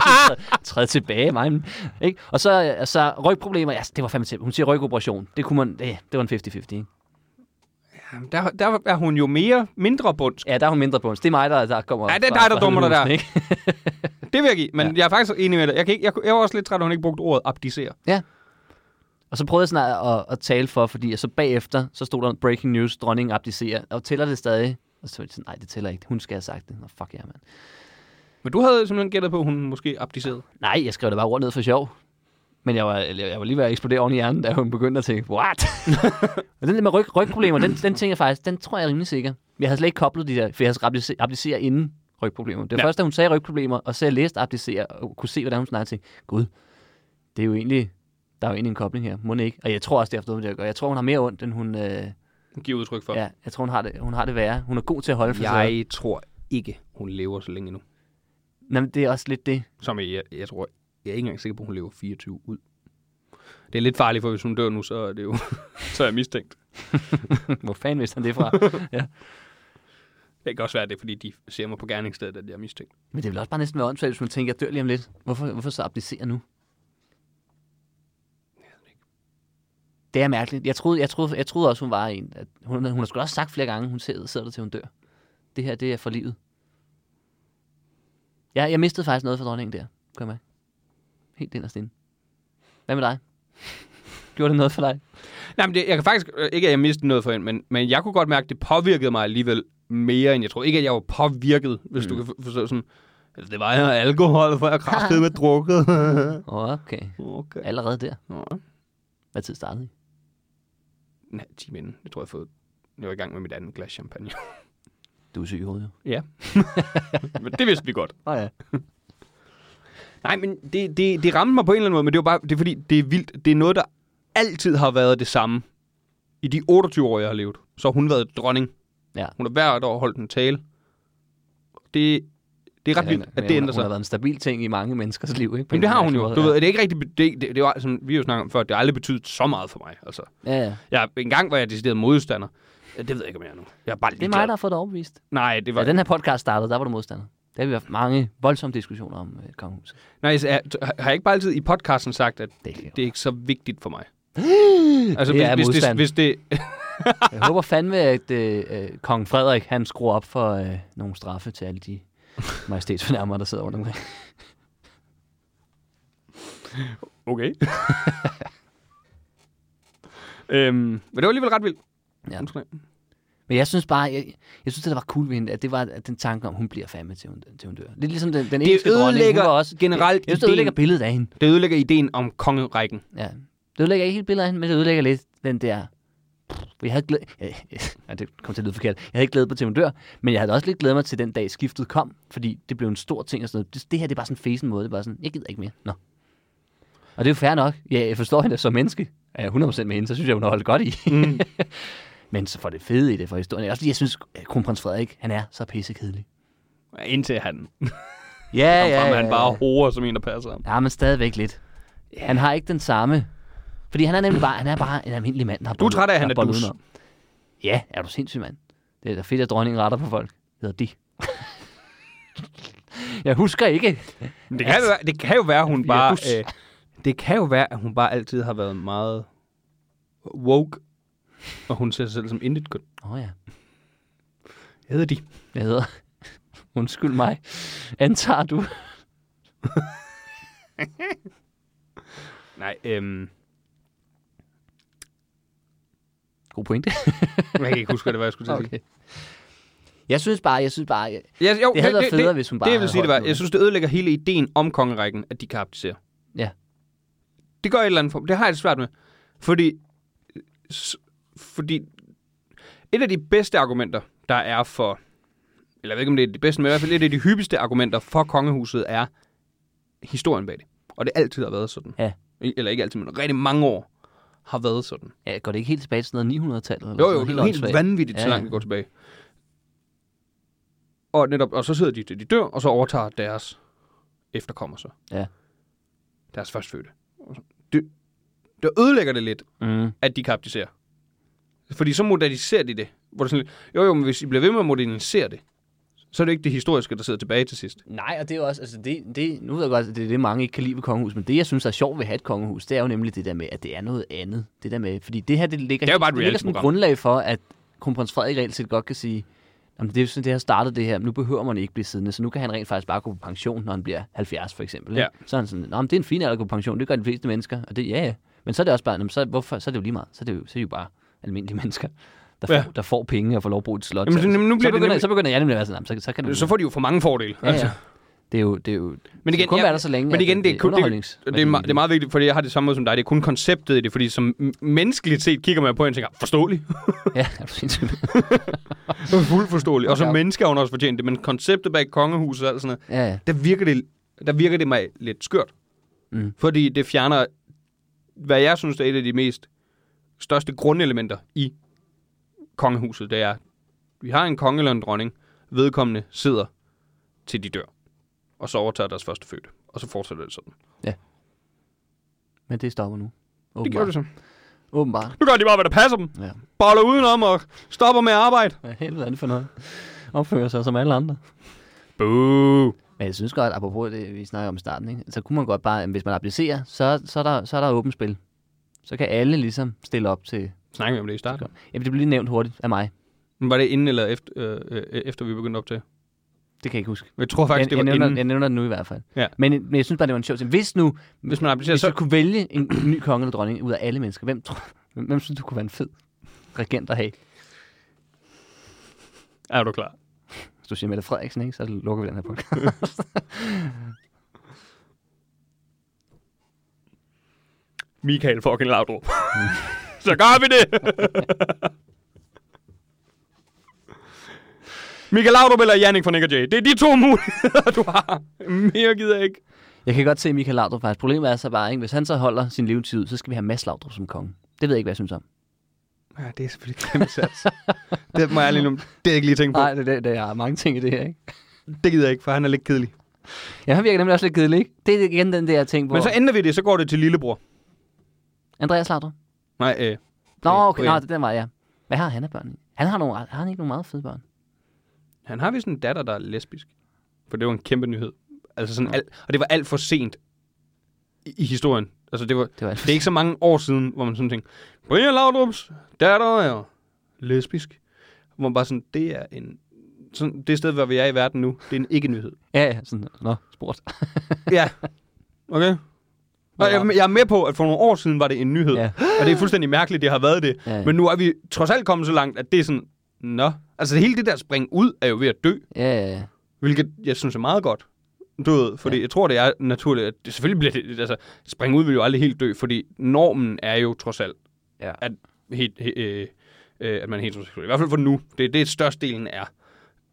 S2: Træde- Træde tilbage, mig. Ikke? Og så, altså, rygproblemer. Ja, det var fandme til. Hun siger rygoperation. Det kunne man, det, det var en 50-50, ikke?
S1: Jamen, der, der er hun jo mere mindre bundsk.
S2: Ja, der er hun mindre bunds. Det er mig, der, der kommer.
S1: Ja, det er
S2: fra-
S1: dig, der
S2: fra
S1: dummer dig der.
S2: Hedehusene, Ikke?
S1: Det vil jeg give, men ja. jeg er faktisk enig med dig. Jeg, kan ikke, jeg, jeg var også lidt træt, at hun ikke brugte ordet abdicere.
S2: Og så prøvede jeg sådan at, at, at tale for, fordi og så bagefter, så stod der breaking news, dronningen abdicerer, og tæller det stadig. Og så var det sådan, nej, det tæller ikke. Hun skal have sagt det. Nå, fuck jer, mand.
S1: Men du havde simpelthen gættet på, at hun måske abdicerede.
S2: Nej, jeg skrev det bare rundt ned for sjov. Men jeg var, jeg, jeg var lige ved at eksplodere oven i hjernen, da hun begyndte at tænke, what? Men den der med ryg, rygproblemer, den, den tænker jeg faktisk, den tror jeg er rimelig sikker. Jeg havde slet ikke koblet de der, for jeg havde abdiceret inden rygproblemer. Det var ja.
S1: Ja.
S2: først, da hun sagde rygproblemer, og så jeg læste abdicere, og kunne se, hvordan hun snakkede til. Gud, det er jo egentlig, der er jo egentlig en kobling her. Må den ikke? Og jeg tror også, det har haft noget med det at gøre. Jeg tror, hun har mere ondt, end hun... Øh,
S1: Hun giver udtryk for.
S2: ja, jeg tror, hun har, det, hun har det værre. Hun er god til at holde for sig.
S1: Jeg tror ikke, hun lever så længe nu.
S2: Nå, men det er også lidt det.
S1: Som jeg, jeg tror, jeg er ikke engang sikker på, at hun lever 24 ud. Det er lidt farligt, for hvis hun dør nu, så er det jo så er jeg mistænkt.
S2: Hvor fanden vidste han det fra?
S1: Det kan også være, at det er, fordi de ser mig på gerningsstedet, at jeg er mistænkt.
S2: Men det vil også bare næsten være åndssvagt, hvis man tænker, jeg dør lige om lidt. Hvorfor, hvorfor så abdicere nu? Det er mærkeligt. Jeg troede, jeg troede, jeg troede også, hun var en. At hun, hun har sgu da også sagt flere gange, hun sidder, sidder der til, hun dør. Det her, det er for livet. Ja, jeg mistede faktisk noget for dronningen der. Kom med. Helt inderst inde. Hvad med dig? Gjorde det noget for dig?
S1: Nej, men det, jeg kan faktisk øh, ikke, at jeg mistede noget for hende, men, men jeg kunne godt mærke, at det påvirkede mig alligevel mere, end jeg tror. Ikke, at jeg var påvirket, hvis mm. du kan for- forstå sådan. Altså, det var jeg havde alkohol, for jeg kraftede med drukket.
S2: Okay.
S1: okay.
S2: Allerede der.
S1: Nå.
S2: Hvad tid startede I?
S1: Nej, 10 inden. Jeg tror, jeg har fået... Jeg var i gang med mit andet glas champagne.
S2: Du er syg i hovedet, jo.
S1: Ja. men det vidste vi godt.
S2: Nå ja.
S1: Nej, men det, det, det ramte mig på en eller anden måde, men det var bare, det er fordi, det er vildt. Det er noget, der altid har været det samme. I de 28 år, jeg har levet, så har hun været dronning.
S2: Ja.
S1: Hun har hvert år holdt en tale. Det, det er ret
S2: Ja,
S1: ja, vildt,
S2: men
S1: at det
S2: hun-
S1: ændrer
S2: Hun har
S1: sig.
S2: været en stabil ting i mange menneskers liv, ikke? På en
S1: Men det har hun
S2: mærkelig
S1: jo.
S2: måde,
S1: Du ved, det er ikke rigtig... Det, det, det var, som vi jo snakkede om før, det har aldrig betydet så meget for mig. Altså,
S2: Ja, ja.
S1: jeg, en gang var jeg decideret modstander. Ja, Det ved jeg ikke, om jeg er nu. Jeg er bare
S2: Det er mig, der har fået dig overbevist.
S1: Nej, det var...
S2: Da den her podcast startede, der var du modstander. Der har vi haft mange voldsomme diskussioner om øh, kongehuset.
S1: Nej, jeg, jeg, har jeg ikke bare altid i podcasten sagt, at
S2: Det er ikke
S1: det er ikke så vigtigt for mig? altså, hvis,
S2: Det er
S1: hvis, det,
S2: modstand.
S1: hvis det...
S2: Jeg håber fandme, at øh, øh, kong Frederik, han skruer op for øh, nogle straffe til alle de majestætsfornærmere, der sidder rundt omkring.
S1: Okay. øhm, men det var alligevel ret vildt.
S2: Ja.
S1: Undskyld.
S2: Men jeg synes bare, jeg, jeg synes, det der var cool ved hende, at det var at den tanke om, hun bliver fandme til hun, til hun dør. Lidt ligesom den, den engelske dronning, hun
S1: ødelægger
S2: var også
S1: generelt
S2: Jeg, jeg synes, det ødelægger
S1: ideen.
S2: billedet af hende.
S1: Det ødelægger ideen om kongerækken.
S2: Ja. Det ødelægger ikke helt billedet af hende, men det ødelægger lidt den der... Pff, Jeg havde glæd... Ja, ja, det kom til at lyde forkert. Jeg havde ikke glædet mig til, at hun dør, men jeg havde også lidt glædet mig til den dag, skiftet kom, fordi det blev en stor ting og sådan noget. Det, det her, det er bare sådan en fesen måde. Det er bare sådan, jeg gider ikke mere. Nå. Og det er jo fair nok. Ja, jeg forstår hende som menneske. Er jeg 100% med hende, så synes jeg, hun har holdt godt i. Mm. men så for det fede i det, for historien. Også fordi jeg synes, at kronprins Frederik, han er så pissekedelig.
S1: Indtil han
S2: Ja, ja,
S1: kom frem, at han bare horer som en, der passer ham.
S2: Ja, men stadigvæk lidt. Han har ikke den samme. Fordi han er nemlig bare, han er bare en almindelig mand. Der har
S1: Du er
S2: bollet-
S1: træt af, at han
S2: der
S1: er
S2: bollet
S1: dus.
S2: udenom. Ja, er du sindssyg, mand. Det er da fedt, at dronningen retter på folk. Det hedder de. jeg husker ikke.
S1: Men Det kan, jo være, det kan jo være, hun
S2: Ja,
S1: bare...
S2: dus.
S1: Øh, det kan jo være, at hun bare altid har været meget woke, og hun ser sig selv som intet køn.
S2: Åh oh, ja,
S1: Hedder de?
S2: jeg hedder... Undskyld mig. Antager du?
S1: Nej, øhm,
S2: God pointe.
S1: jeg kan ikke huske, hvad det var, jeg skulle til at sige.
S2: okay. Jeg synes bare, jeg synes bare... Jeg...
S1: Ja, jo,
S2: Det havde været federe, hvis hun bare
S1: Det jeg
S2: havde
S1: vil sige, det var,
S2: holdt nu,
S1: jeg synes, det ødelægger hele ideen om kongerækken, at de kan abdicere.
S2: Ja.
S1: Det gør et eller andet form. Det har jeg det svært med. Fordi, s- fordi et af de bedste argumenter, der er for, eller jeg ved ikke, om det er det bedste, men i hvert fald et af de hyppigste argumenter for kongehuset er historien bag det. Og det altid har været sådan.
S2: Ja.
S1: I- Eller ikke altid, men rigtig mange år har været sådan.
S2: ja, går det ikke helt tilbage til sådan noget 900-tallet? eller
S1: Jo,
S2: sådan
S1: jo,
S2: noget
S1: det er helt
S2: åndssvagt?
S1: vanvittigt, så
S2: Ja,
S1: langt
S2: ja.
S1: vi går tilbage. Og, netop, og så sidder de til de dør, og så overtager deres efterkommer så.
S2: Ja.
S1: Deres førstfødte. Og så- Det, det ødelægger det lidt,
S2: Mm.
S1: at de kaptiserer. Fordi så moderniserer de det. Hvor det er sådan lidt, jo, jo, men hvis I bliver ved med at modernisere det, så er det ikke det historiske, der sidder tilbage til sidst.
S2: Nej, og det er jo også, altså det, det, nu ved jeg godt, at det er det, mange ikke kan lide ved kongehus, men det, jeg synes er sjovt ved at have et kongehus, det er jo nemlig det der med, at det er noget andet. Det der med, fordi det her, det ligger,
S1: Det er jo bare et
S2: det ligger sådan
S1: reality-program.
S2: grundlag for, at kronprins Frederik reelt set godt kan sige, Jamen, det er jo sådan, det har startet det her, men nu behøver man ikke blive siddende, så nu kan han rent faktisk bare gå på pension, når han bliver 70 for eksempel. ikke?
S1: Ja.
S2: Så er han sådan, Nå, men det er en fin alder at gå på pension, det gør de fleste mennesker, og det, ja, ja. Men så er det også bare, "Nå, men så, hvorfor, så er det jo lige meget, så er det jo, så er det jo bare almindelige mennesker, der,
S1: Ja.
S2: ja. får, der får penge og får lov at bruge et slot.
S1: Jamen,
S2: til.
S1: så- jamen, nu bliver
S2: så,
S1: det
S2: begynder,
S1: nemlig-
S2: så begynder jeg nemlig at være sådan, "Nå, men så, så kan du
S1: Så får de jo for mange fordele.
S2: Mm. Ja, ja. Altså, Det er jo, det er jo men igen,
S1: igen,
S2: det kun
S1: ja,
S2: være der så længe,
S1: Men igen,
S2: at
S1: det, er kun, det,
S2: underholdnings.
S1: er- det, er, me- det er meget vigtigt, fordi jeg har det samme måde som dig. Det er kun konceptet i det, fordi som m- menneskeligt set kigger man på en og tænker, forståelig.
S2: Ja, er du sindssyg?
S1: Fuldt forståelig. Og som
S2: Ja.
S1: menneske har hun også fortjent det, men konceptet bag kongehuset og alt sådan noget,
S2: ja, ja.
S1: der virker det, der virker det mig lidt skørt.
S2: Mm.
S1: Fordi det fjerner, hvad jeg synes, der er et af de mest største grundelementer i kongehuset, det er, vi har en konge eller en dronning, vedkommende sidder til de dør, og så overtager deres første fødte, og så fortsætter det sådan.
S2: Men det stopper nu. Åbenbart.
S1: Det gør det så.
S2: Åbenbart.
S1: Nu gør de bare, hvad der passer dem.
S2: Ja.
S1: boller udenom og stopper med arbejde.
S2: Hvad helvede er det for noget? Opfører sig som alle andre.
S1: Boo.
S2: Men jeg synes godt, apropos det, vi snakker om i starten, ikke? så kunne man godt bare, hvis man applicerer, så, så, er der, så er der åbent spil. Så kan alle ligesom stille op til...
S1: Snakker vi om det i starten?
S2: Jamen, det blev lige nævnt hurtigt af mig.
S1: Men var det inden eller efter, øh, øh, efter vi begyndte op til?
S2: Det kan jeg ikke huske.
S1: Jeg tror faktisk,
S2: jeg,
S1: det var
S2: jeg, nævner,
S1: inden.
S2: jeg nævner det nu i hvert fald.
S1: Ja.
S2: Men, men jeg synes bare, det var en sjov ting. Hvis nu,
S1: Hvis man applicerer,
S2: Hvis du
S1: så...
S2: kunne vælge en ny konge eller dronning ud af alle mennesker, hvem, tror, hvem, hvem synes du kunne være en fed regent at have?
S1: Er du klar?
S2: Hvis du siger Mette Frederiksen, ikke? så lukker vi den her podcast.
S1: Michael fucking Laudrup. så gør vi det! Michael Laudrup eller Jannik fra Nick og Jay. Det er de to muligheder, du har. Mere gider jeg ikke.
S2: Jeg kan godt se Michael Laudrup faktisk. Problemet er så bare, ikke? hvis han så holder sin levetid, ud, så skal vi have Mads Laudrup som konge. Det ved jeg ikke, hvad jeg synes om.
S1: Ja, det er selvfølgelig et kæmpe sats. det må jeg lige nu. Det er jeg ikke lige tænke på.
S2: Nej, det, det, der er mange ting i det her, ikke?
S1: Det gider jeg ikke, for han er lidt kedelig.
S2: Ja, han virker nemlig også lidt kedelig, ikke? Det er igen den der ting, hvor...
S1: Men så ender vi det, så går det til lillebror.
S2: Andreas Laudrup.
S1: Nej, øh.
S2: Nå,
S1: Okay,
S2: okay.
S1: okay.
S2: Nå, det er den var ja. Hvad har han af børn? Han har, nogle, har han ikke nogle meget fede børn?
S1: Han har vist en datter, der er lesbisk. For det var en kæmpe nyhed. Altså sådan alt, og det var alt for sent i, i historien. Altså det var,
S2: Det var alt for
S1: det er ikke så mange år siden, hvor man sådan tænkte, Brian Laudrup's datter er lesbisk. Hvor man bare sådan, det er en... Sådan, det sted, hvor vi er i verden nu, det er en ikke-nyhed.
S2: Ja, ja, sådan, nå, spurgt.
S1: Ja. Okay. Og jeg, jeg er med på, at for nogle år siden var det en nyhed.
S2: Ja.
S1: Ja. Og det er fuldstændig mærkeligt, det har været det.
S2: Ja, ja.
S1: Ja. Men nu er vi trods alt kommet så langt, at det er sådan... Nå. Altså hele det der spring ud er jo ved at dø.
S2: ja, ja, ja.
S1: Hvilket jeg synes er meget godt. Du ved, fordi ja. jeg tror, det er naturligt. At det, selvfølgelig bliver det... Altså, spring ud vil jo aldrig helt dø, fordi normen er jo trods alt,
S2: Ja.
S1: at, helt, he, øh, øh, at man er heteroseksuel. I hvert fald for nu. Det er det, størstedelen er.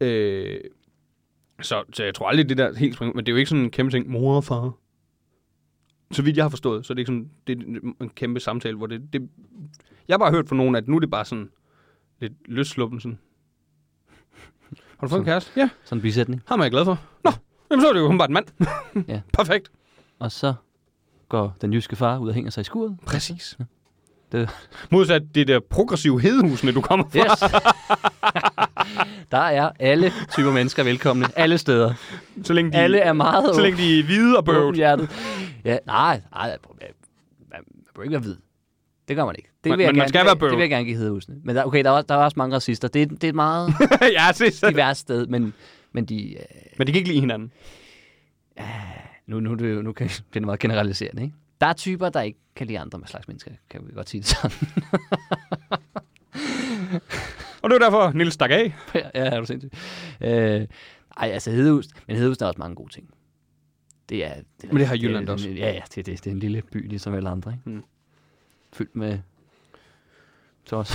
S1: Øh, så, så jeg tror aldrig, det der helt spring ud. Men det er jo ikke sådan en kæmpe ting, mor og far. Så vidt jeg har forstået, så er det ikke sådan, det er en kæmpe samtale, hvor det, det jeg har bare hørt fra nogen, at nu er det bare sådan lidt løsluppen sådan. Har du fået en kæreste? Ja.
S2: Sådan en bisætning.
S1: Ham er jeg glad for. Nå, jamen så er det jo bare en mand.
S2: Ja.
S1: ja. Perfekt.
S2: Og så går den jyske far ud og hænger sig i skuret.
S1: Præcis.
S2: Det-
S1: Modsat det der progressive hedehusene, du kommer fra.
S2: Yes! der er alle typer mennesker velkomne. Alle steder.
S1: Så længe de,
S2: Alle er meget
S1: så længe de er hvide og bøvl.
S2: åbenhjertet. Ja, nej, nej, man, man, man bør ikke være hvid. Det gør man ikke. Det
S1: Men-
S2: vil jeg
S1: men man
S2: gerne,
S1: skal
S2: det,
S1: være
S2: vil-
S1: bøvl.
S2: Det vil jeg gerne give hedehusene. Men der, okay, der er, også- der er også mange racister. Det, er- det er et meget
S1: ja, ses.
S2: diverst sted, men, men de, øh,
S1: Men de kan ikke lide hinanden.
S2: nu, nu, er det jo- nu kan det bliver meget generaliserende, ikke? Der er typer, der ikke kan lide andre med slags mennesker, kan vi godt sige det sådan.
S1: Og det var derfor, Nils stak af.
S2: ja, er du sindssyg. Øh, ej, altså Hedehus, men Hedehus der er også mange gode ting. Det er, det er,
S1: Men det har Jylland
S2: det er,
S1: også.
S2: Ja, ja, det, det, det er en lille by, ligesom alle andre, ikke?
S1: Mm.
S2: Fyldt med tos.
S1: Der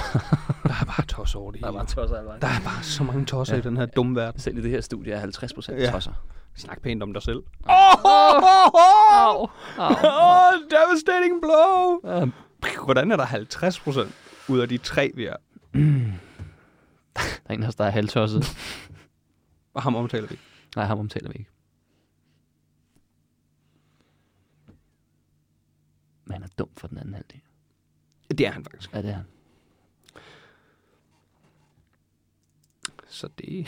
S1: er bare tos over det.
S2: Der er bare
S1: hele.
S2: tosser, bare.
S1: der er bare så mange tosser
S2: Ja.
S1: ja. i den her dumme verden.
S2: Selv i det her studie er 50 procent
S1: Ja.
S2: tosser.
S1: Snak pænt om dig selv. Åh, oh, oh, oh,
S2: Au,
S1: oh, devastating blow.
S2: au. Øhm,
S1: Hvordan er der 50 procent ud af de tre, vi er?
S2: Der er en af os, der er halvtosset.
S1: Og ham omtaler vi.
S2: Nej, ham omtaler vi ikke. Men han er dum for den anden halvdel.
S1: Det er han faktisk.
S2: Ja, det er han.
S1: Så det...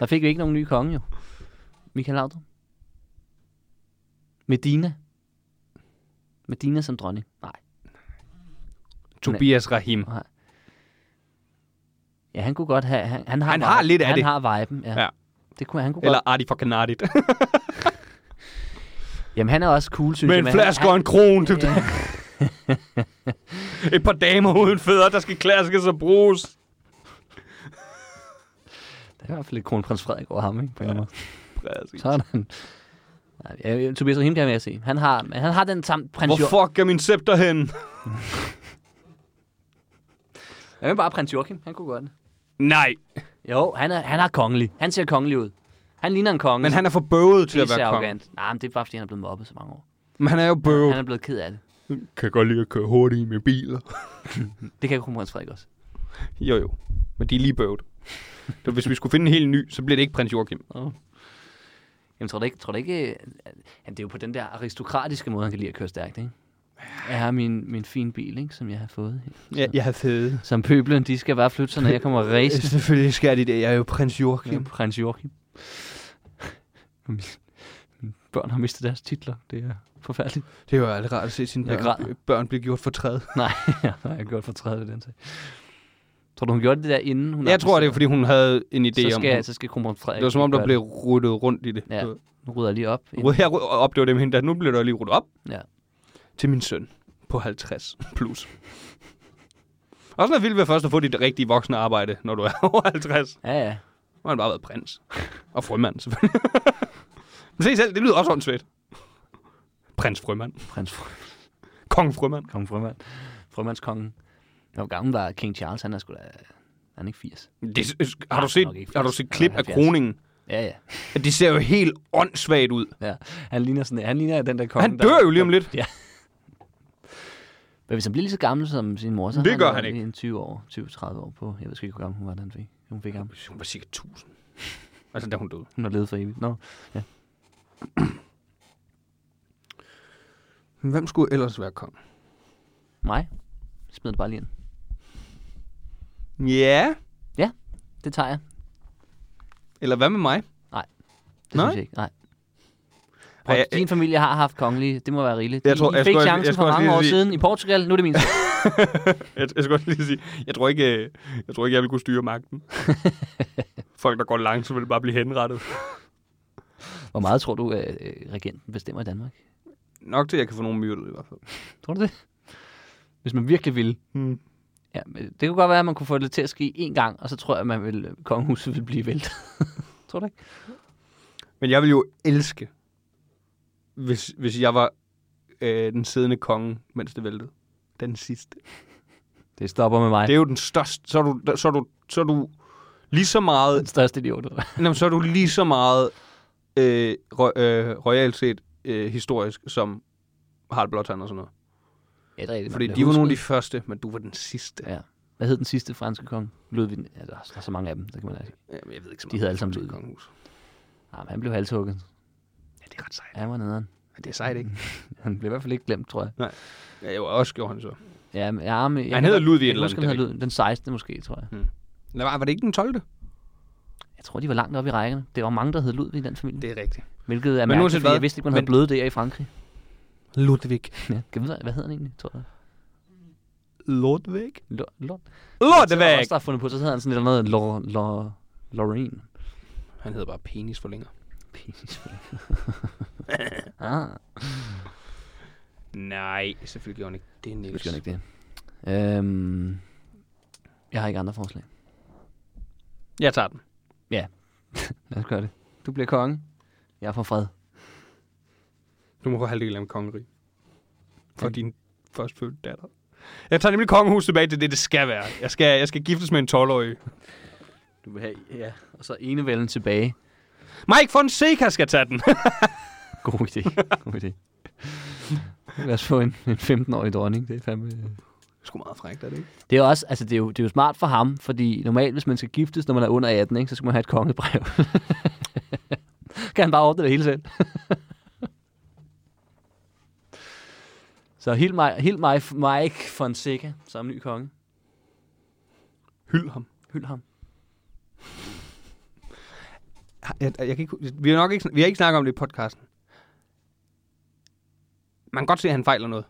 S2: Der fik vi ikke nogen ny konge, jo. Michael Laudrup. Medina. Medina som dronning. Nej.
S1: Tobias Rahim.
S2: Ja, han kunne godt have... Han, han, har,
S1: Han har lidt af
S2: han
S1: det.
S2: har viben, ja.
S1: Ja.
S2: Det kunne han kunne
S1: Eller
S2: godt.
S1: Arti for Kanardit.
S2: Jamen, han er også cool, synes
S1: Med
S2: jeg.
S1: en
S2: men
S1: flaske
S2: han,
S1: og en kron.
S2: han,
S1: Ja. Et par damer uden fædre, der skal klaskes og bruges.
S2: Der er i hvert fald lidt kronprins Frederik over ham, ikke? På ja. måde.
S1: Præcis.
S2: Sådan. Nej, ja, Tobias Rahim kan jeg se. Han har, men han har den samme prins Hvorfor?
S1: Hvor fuck er min scepter hen?
S2: Joachim. Jeg vil bare prins Joachim. Han kunne godt.
S1: Nej,
S2: Jo, han er, han er kongelig. Han ser kongelig ud. Han ligner en konge.
S1: men han er for bøvet til at
S2: Pisse
S1: være konge.
S2: arrogant. Nej, men det er bare, fordi han er blevet mobbet så mange år.
S1: Men han er jo bøvet.
S2: Han er blevet ked af det.
S1: Kan godt lide at køre hurtigt med biler.
S2: Det kan kronprins Frederik også.
S1: Jo jo, men de er lige bøvet. Så hvis vi skulle finde en helt ny, så bliver det ikke prins Joachim.
S2: Jamen, tror du ikke... Tror du ikke at- jamen, det er jo på den der aristokratiske måde, han kan lide at køre stærkt, ikke? Jeg har min, min fine bil, ikke, som jeg har fået.
S1: Ja, jeg har fede.
S2: Som pøblen, de skal bare flytte sig, når jeg kommer race.
S1: Selvfølgelig skal de det. Jeg er jo prins
S2: Joachim.
S1: Joachim.
S2: Prins Joachim. Mine børn har mistet deres titler. Det er forfærdeligt.
S1: Det er jo aldrig rart at se sine
S2: Jeg græder.
S1: børn, børn blive gjort for træd.
S2: Nej, jeg har gjort for træet den sag. Tror du, hun gjorde det der inden? Hun
S1: Jeg tror, det er, fordi hun havde en idé
S2: så
S1: om...
S2: skal, så skal kronprins Frederik.
S1: Det var som om, der
S2: gøre
S1: blev ruttet rundt i det.
S2: Ja.
S1: Ja.
S2: Nu rydder jeg lige op. inden-
S1: Jeg ru- opdagede det med hende, der nu bliver der lige ruttet op
S2: Ja.
S1: til min søn på 50 plus. Også noget vildt ved først at få dit rigtige voksne arbejde, når du er over 50.
S2: Ja, ja.
S1: Nu har han bare været prins. Og frømand, selvfølgelig. Men se selv, det lyder også åndssvagt. Prins frømand.
S2: Prins Fr-
S1: Kong frømand.
S2: Kong Frømand. Frømandskongen. Hvor gammel var King Charles? Han er sgu da... Er han ikke 80?
S1: Det, har, du
S2: nok
S1: set,
S2: ikke
S1: har du
S2: 80.
S1: set klip af
S2: 70.
S1: kroningen?
S2: Ja, ja.
S1: Det ser jo helt åndssvagt ud.
S2: ja. Han, ligner sådan, han ligner den der konge.
S1: Han dør jo lige om lidt.
S2: Men hvis han bliver lige så gammel som sin mor, så
S1: Det
S2: har
S1: gør
S2: jo
S1: han ikke.
S2: en 20 år, 20-30 år på. Jeg ved sgu ikke, hvor gammel hun var, da han fik, hun fik ham.
S1: Hun var cirka 1000. Altså, da hun døde.
S2: Hun har levet for evigt. Nå, ja.
S1: Hvem skulle ellers være konge?
S2: Mig? Smid det bare lige ind.
S1: Ja,
S2: Det tager jeg.
S1: eller hvad med mig?
S2: Det
S1: Nej.
S2: synes jeg ikke. Nej.
S1: Ej,
S2: Prøv,
S1: jeg-
S2: din familie har haft kongelige. Det må være rigeligt.
S1: Jeg
S2: Jeg
S1: tror-
S2: tror, I,
S1: jeg
S2: I fik
S1: skulle- jeg
S2: chancen
S1: skulle
S2: for
S1: også
S2: mange
S1: lige
S2: år
S1: sige-
S2: siden i Portugal. Nu er det min.
S1: Jeg, jeg skal også lige sige, jeg tror ikke, øh, jeg, tror ikke, jeg vil kunne styre magten. Folk, der går langsomt, vil bare blive henrettet.
S2: Hvor meget tror du, at øh, regenten bestemmer i Danmark?
S1: Nok til, at jeg kan få nogen myrdet i hvert fald.
S2: Tror du det? Hvis man virkelig ville.
S1: Hmm.
S2: Ja, men det kunne godt være, at man kunne få det til at ske én gang, og så tror jeg, at man vil, kongehuset ville blive væltet. tror du ikke?
S1: Men jeg vil jo elske, hvis, hvis jeg var øh, den siddende konge, mens det væltede. Den sidste.
S2: Det stopper med mig.
S1: Det
S2: Det
S1: er jo den største. Så er du, så er du, så er du lige så meget
S2: er den største idiot. eller hvad?
S1: Jamen, så er du lige så meget øh, rø- øh, royalt set øh, historisk som Harald Blåtand og sådan noget.
S2: Ja, det er rigtigt. man
S1: Fordi
S2: bliver
S1: de var nogle af de
S2: husket.
S1: første, men du var den sidste.
S2: Ja. Hvad hed den sidste franske konge? Lødvig. den- Ja, der er der er så mange af dem, der kan man ikke.
S1: Jamen, jeg ved ikke så
S2: De
S1: meget.
S2: hedder alle sammen
S1: Det
S2: Ludvig.
S1: kongehus.
S2: Ah, men han blev halshugget.
S1: Ja, det er ret sejt. Mm.
S2: Ja, Han var nederen.
S1: Ja, det er sejt, ikke?
S2: Han blev i hvert fald ikke glemt, tror jeg.
S1: Ja, jeg var også gjorde han så.
S2: Ja, men, ja, men, jeg
S1: Han hedder
S2: kan-
S1: Ludvig
S2: jeg
S1: et
S2: kan
S1: eller
S2: huske,
S1: andet,
S2: han
S1: det er
S2: hedder Ludvig. Den 16. måske, tror jeg.
S1: Eller var, var det ikke den 12.
S2: Jeg tror, de var langt oppe i rækkerne. Det var mange, der hed Ludvig i den familie. Det.
S1: er rigtigt.
S2: Hvilket er
S1: Men
S2: mærkeligt,
S1: uanset
S2: fordi
S1: hvad-
S2: jeg vidste ikke, man havde
S1: men-
S2: bløde der i Frankrig.
S1: Ludvig.
S2: Ja. Kan vide, hvad hedder han egentlig, tror jeg?
S1: Ludvig?
S2: Lord. Lord. Det var
S1: Ludvig!
S2: også, der har fundet på, så hedder han sådan et eller andet Lor, Lor, Lorraine.
S1: Han hedder bare penis for længere.
S2: Penis. ah,
S1: Nej, selvfølgelig gjorde han ikke. Det er
S2: det
S1: Niels.
S2: skønner ikke det. Øhm, jeg har ikke andre forslag.
S1: Jeg tager den.
S2: Lad os gøre det. Du bliver konge. Jeg får fred.
S1: Du må få halvdelen af en kongerig. For din førstfødte datter. Jeg tager nemlig kongehuset tilbage til det, det skal være. Jeg skal, jeg skal giftes med en 12-årig.
S2: Du vil have, ja. Og så enevælden tilbage.
S1: Mike Fonseca skal tage den.
S2: God idé. God idé. Lad os få en, en 15-årig dronning. Det er fandme... øh.
S1: Sgu meget frækt, er det ikke?
S2: Det er, også, altså, det, er jo, det er jo smart for ham, fordi normalt, hvis man skal giftes, når man er under 18, ikke, så skal man have et kongebrev. kan han bare ordne det hele selv. så hild mig, hild mig, Mike Fonseca, som ny konge.
S1: Hyld ham.
S2: Hyld ham.
S1: Jeg, jeg kan ikke, vi, har nok ikke, vi har ikke snakket om det i podcasten. Man kan godt se, at han fejler noget.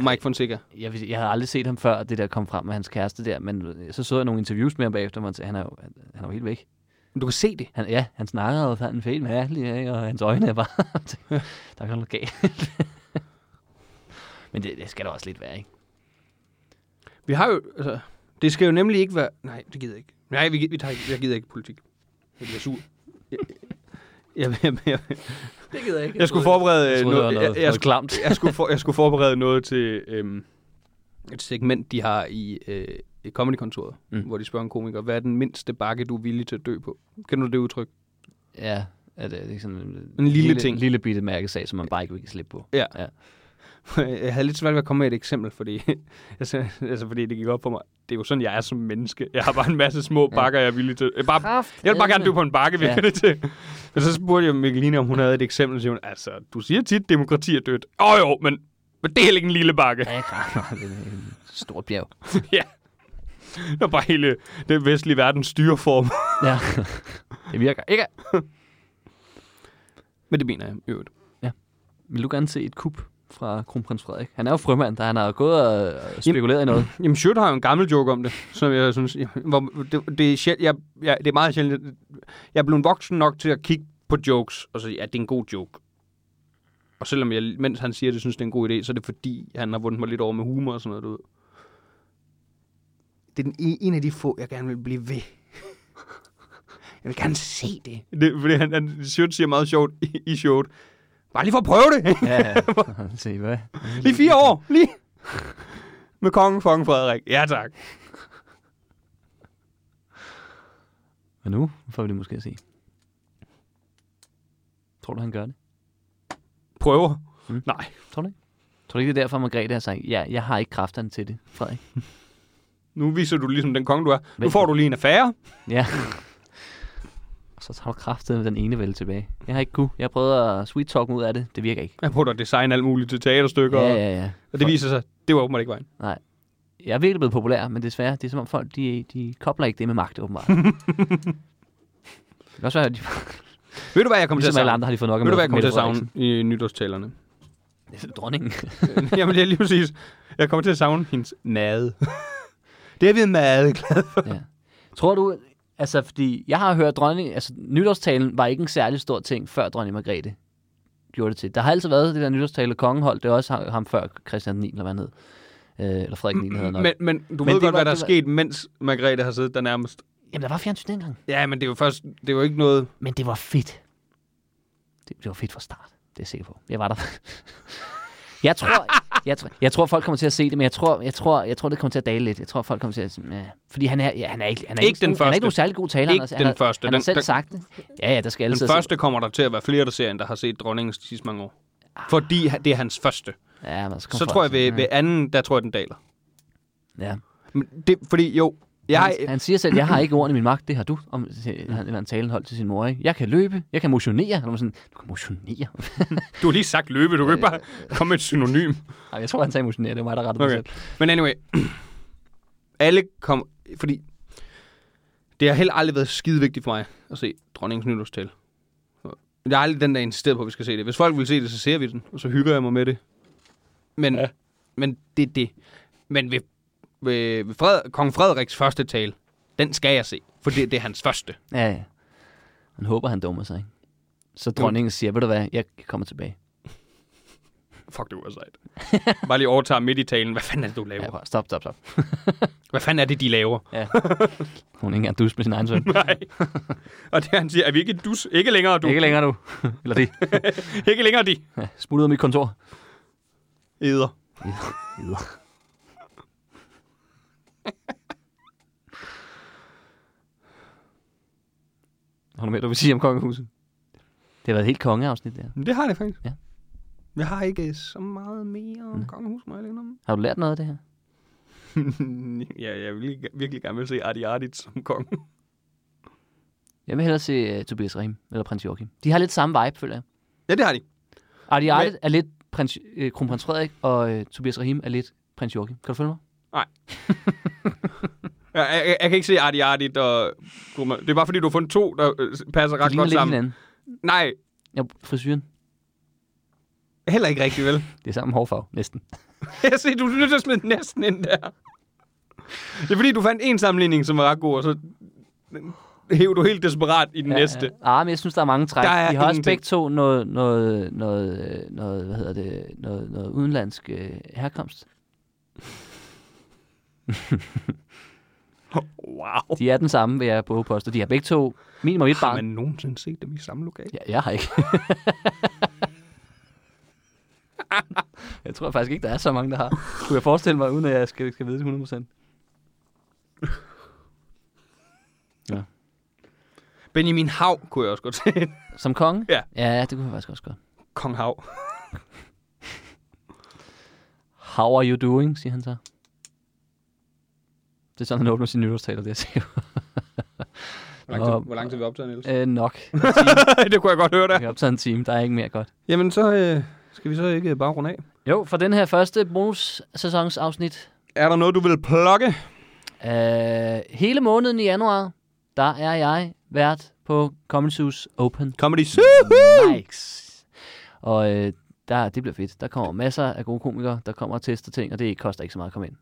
S1: Mike Fonseca.
S2: Jeg, vil sige, jeg havde aldrig set ham før, det der kom frem med hans kæreste der, men øh, så så jeg nogle interviews med ham bagefter, og man sagde, han er jo, han, han er jo helt væk.
S1: Men Du kan se det.
S2: Han, ja, han snakker og han er helt mærkelig, ikke? og hans øjne er bare... der er ikke noget galt. Men det, det, skal der også lidt være, ikke?
S1: Vi har jo... Altså, det skal jo nemlig ikke være... Nej, det gider jeg ikke. Nej, vi, vi tager ikke, jeg gider ikke politik. Jeg bliver sur. Jeg, jeg, jeg, jeg,
S2: Det gider jeg ikke.
S1: jeg skulle forberede
S2: jeg
S1: øh,
S2: troede, det var
S1: noget.
S2: noget,
S1: Jeg, jeg,
S2: noget klamt.
S1: jeg, skulle for, jeg skulle forberede noget til øhm, et segment, de har i, øh, i Comedy-kontoret,
S2: Mm.
S1: mm. hvor de spørger en komiker, hvad er den mindste bakke, du er villig til at dø på? Kender du det udtryk?
S2: Ja, at, øh, det er sådan en,
S1: En lille ting.
S2: lille bitte mærkesag, som man bare ikke vil slippe på.
S1: Ja.
S2: ja.
S1: jeg havde lidt svært ved at komme med et eksempel, fordi, altså, altså, fordi det gik op for mig. Det er jo sådan, jeg er som menneske. Jeg har bare en masse små bakker, jeg er villig til. Jeg, bare, jeg vil bare gerne dø på en bakke, virker
S2: Ja.
S1: ja. det til. Men så spurgte jeg Mikkeline, om hun havde et eksempel. Så siger hun, altså, du siger tit, demokrati er dødt. Åh oh, jo, men, men det er heller ikke en lille bakke.
S2: Ja, jeg græder. Det er en stort bjerg.
S1: ja. Det var bare hele den vestlige verdens styreform.
S2: Ja. det virker ikke.
S1: Men det mener jeg i øvrigt.
S2: Vil du gerne se et kup fra kronprins Frederik? Han er jo frømand, der han har gået og og spekuleret i noget.
S1: Jamen, Schødt har jo en gammel joke om det, som jeg synes, jeg- hvor, det, det, er sjæl, jeg, jeg, det er meget sjældent. Jeg er blevet voksen nok til at kigge på jokes, og så ja, det er en god joke. Og selvom jeg, mens han siger det, synes det er en god idé, så er det fordi, han har vundet mig lidt over med humor og sådan noget, du ved. Det er den, e, en- en af de få, jeg gerne vil blive ved. Jeg vil gerne se det. det fordi han, han Schødt siger meget sjovt i, i showet. Bare lige for at prøve det.
S2: Ja, ja. Se, hvad?
S1: Lige fire år, lige. Med kongen, fucking Frederik. Ja, tak.
S2: Men nu får vi det måske at se. Tror du, han gør det?
S1: Prøver.
S2: Mm.
S1: Nej.
S2: Tror du ikke? Tror du ikke, det er derfor, Margrethe har sagt, ja, jeg har ikke kræfterne til det, Frederik?
S1: Nu viser du ligesom den konge, du er. Nu
S2: Vent.
S1: får du lige en affære.
S2: Ja. Og så tager du kraftet med den ene vel tilbage. Jeg har ikke kunne. Jeg prøvede at sweet talk mig ud af det. Det virker ikke.
S1: Jeg prøver at designe alt muligt til teaterstykker.
S2: Ja,
S1: Ja,
S2: ja, ja.
S1: Og det viser sig, det var åbenbart ikke vejen.
S2: Jeg er virkelig blevet populær, men desværre, det er som om folk, de, de kobler ikke det med magt, åbenbart. det kan også være, at de,
S1: Ved du, hvad jeg kommer til at
S2: ligesom alle
S1: savne?
S2: andre, har de fået nok af
S1: Ved du, hvad jeg
S2: Mette-
S1: kommer til at
S2: Mette
S1: savne i nytårstalerne?
S2: Frederiksen. Dronningen.
S1: Jamen, det er lige præcis. Jeg kommer til at savne hendes mad. det er vi meget glade for.
S2: ja. Tror du, altså fordi jeg har hørt dronning, altså nytårstalen var ikke en særlig stor ting, før dronning Margrethe gjorde det til. Der har altid været det der nytårstale, kongen holdt det også ham før Christian 9, eller hvad han hed. Øh, eller Frederik 9 hedder nok.
S1: Men, men du
S2: Men
S1: men ved
S2: det
S1: godt,
S2: var-
S1: hvad der er
S2: det var-
S1: sket, mens Margrethe har siddet der nærmest.
S2: Jamen, der var fjernsyn dengang.
S1: Ja, men det er jo først, det er jo ikke noget...
S2: Men det var fedt. Det, det var fedt fra start. Det er jeg sikker på. Jeg var der. jeg, tror, jeg, tror, jeg tror, folk kommer til at se det, men jeg tror, jeg tror, jeg tror det kommer til at dale lidt. Jeg tror, folk kommer til at... Ja. Fordi han er, ja, han er ikke, han er
S1: Ikke den
S2: nogen- Han er
S1: første.
S2: ikke nogen særlig god taler. Altså,
S1: Ikke den
S2: han, har,
S1: første.
S2: Han har
S1: Den-
S2: selv
S1: den-
S2: sagt det. Ja, ja, der skal alle
S1: Den
S2: sidde og se-
S1: første kommer der til at være flere, der ser, end der har set dronningens de sidste mange år.
S2: Ah.
S1: Fordi han- det er hans første.
S2: Ja, men så,
S1: Så tror jeg, ved, ved anden, der tror jeg, den daler.
S2: Ja.
S1: Men det, fordi jo, jeg...
S2: Han, han siger selv, jeg har ikke ordene i min magt, det har du, om til- han, han talen holdt til sin mor. Ikke? Jeg kan løbe, jeg kan motionere. Han var sådan, du kan motionere.
S1: Du har lige sagt løbe, du kan ikke bare komme med et synonym.
S2: Ej, jeg tror, han sagde motionere, det var mig, der rettede
S1: Okay.
S2: mig selv.
S1: Men anyway. Alle kom... Fordi... Det har heller aldrig været skide vigtigt for mig at se dronningens nytårstal. Jeg har aldrig den der insisteret på, at vi skal se det. Hvis folk vil se det, så ser vi den, og så hygger jeg mig med det. Men, ja. men det er det. Men ved, ved, ved Fred, kong Frederiks første tale, den skal jeg se. For det, det er hans første.
S2: Ja, ja. Han håber, han dummer sig, ikke? Så dronningen siger, ved du hvad, jeg kommer tilbage.
S1: Fuck, det var sejt. Bare lige overtager midt i talen. Hvad fanden er det, du laver?
S2: Ja, bare, stop, stop, stop.
S1: Hvad fanden er det, de laver?
S2: Hun er ikke engang dus med sin egen søn.
S1: Nej. Og det, han siger, er vi ikke dus? Ikke længere, du.
S2: Ikke længere nu. Eller det.
S1: ikke længere de.
S2: Ja, smut ud af mit kontor.
S1: Eder.
S2: Eder. Har du med, du vil sige om kongehuset? Det har været et helt kongeafsnit der.
S1: Det har det faktisk.
S2: Ja. Mm.
S1: Jeg har ikke så meget mere om kongehus, må jeg lægge om.
S2: Har du lært noget af det her?
S1: ja, jeg vil ikke- virkelig gerne vil se Adi Ardit som konge.
S2: Jeg vil hellere se uh, Tobias Rahim eller prins Joachim. De har lidt samme vibe, føler jeg.
S1: Ja, det har de.
S2: Artie Arlet er lidt prins, øh, kronprins Frederik, og øh, Tobias Rahim er lidt prins Joachim. Kan du følge mig?
S1: Jeg, jeg, jeg kan ikke se Adi Ardit og... Det er bare fordi, du har fundet to, der øh, passer
S2: De
S1: ret
S2: ligner
S1: godt
S2: lidt
S1: sammen.
S2: hinanden.
S1: Nej,
S2: Ja, frisyren.
S1: heller ikke rigtigt, vel?
S2: Det er samme hårfarve, næsten.
S1: jeg ser, du er nødt til at smide næsten ind der. Det er fordi, du fandt en sammenligning, som var ret god, og så hæver du helt desperat i den ja, næste.
S2: Ja, ja. Ah, men jeg synes, der er mange træk.
S1: Der
S2: Der
S1: er
S2: er de har også
S1: ingenting.
S2: begge to noget, noget, noget, øh, noget, hvad hedder det, noget, noget udenlandsk øh, herkomst.
S1: Wow.
S2: De er den samme, vil jeg på påstå. De har begge to minimum et
S1: Har
S2: barn.
S1: man nogensinde set dem i samme lokal?
S2: Ja, jeg har ikke. jeg tror faktisk ikke, der er så mange, der har. Kunne jeg forestille mig, uden at jeg skal, skal vide det 100%.
S1: Benjamin Hav kunne jeg også godt se.
S2: Som konge?
S1: Ja.
S2: Ja, det kunne jeg faktisk også godt.
S1: Kong Hav.
S2: How are you doing, siger han så. Det er sådan, han åbner sin nytårstaler, det jeg siger.
S1: Hvor lang tid, hvor lang tid vi optaget, Niels?
S2: Øh, nok.
S1: det kunne jeg godt høre
S2: Vi har optaget en time, der er ikke mere godt.
S1: Jamen, så øh, skal vi så ikke bare runde af.
S2: Jo, for den her første bonus-sæsonsafsnit,
S1: Er der noget, du vil plukke?
S2: øh, hele måneden i januar, der er jeg vært på Commons Open
S1: Comedy
S2: Mics. Og øh, der, det bliver fedt. Der kommer masser af gode komikere, der kommer og tester ting, og det koster ikke så meget at komme ind.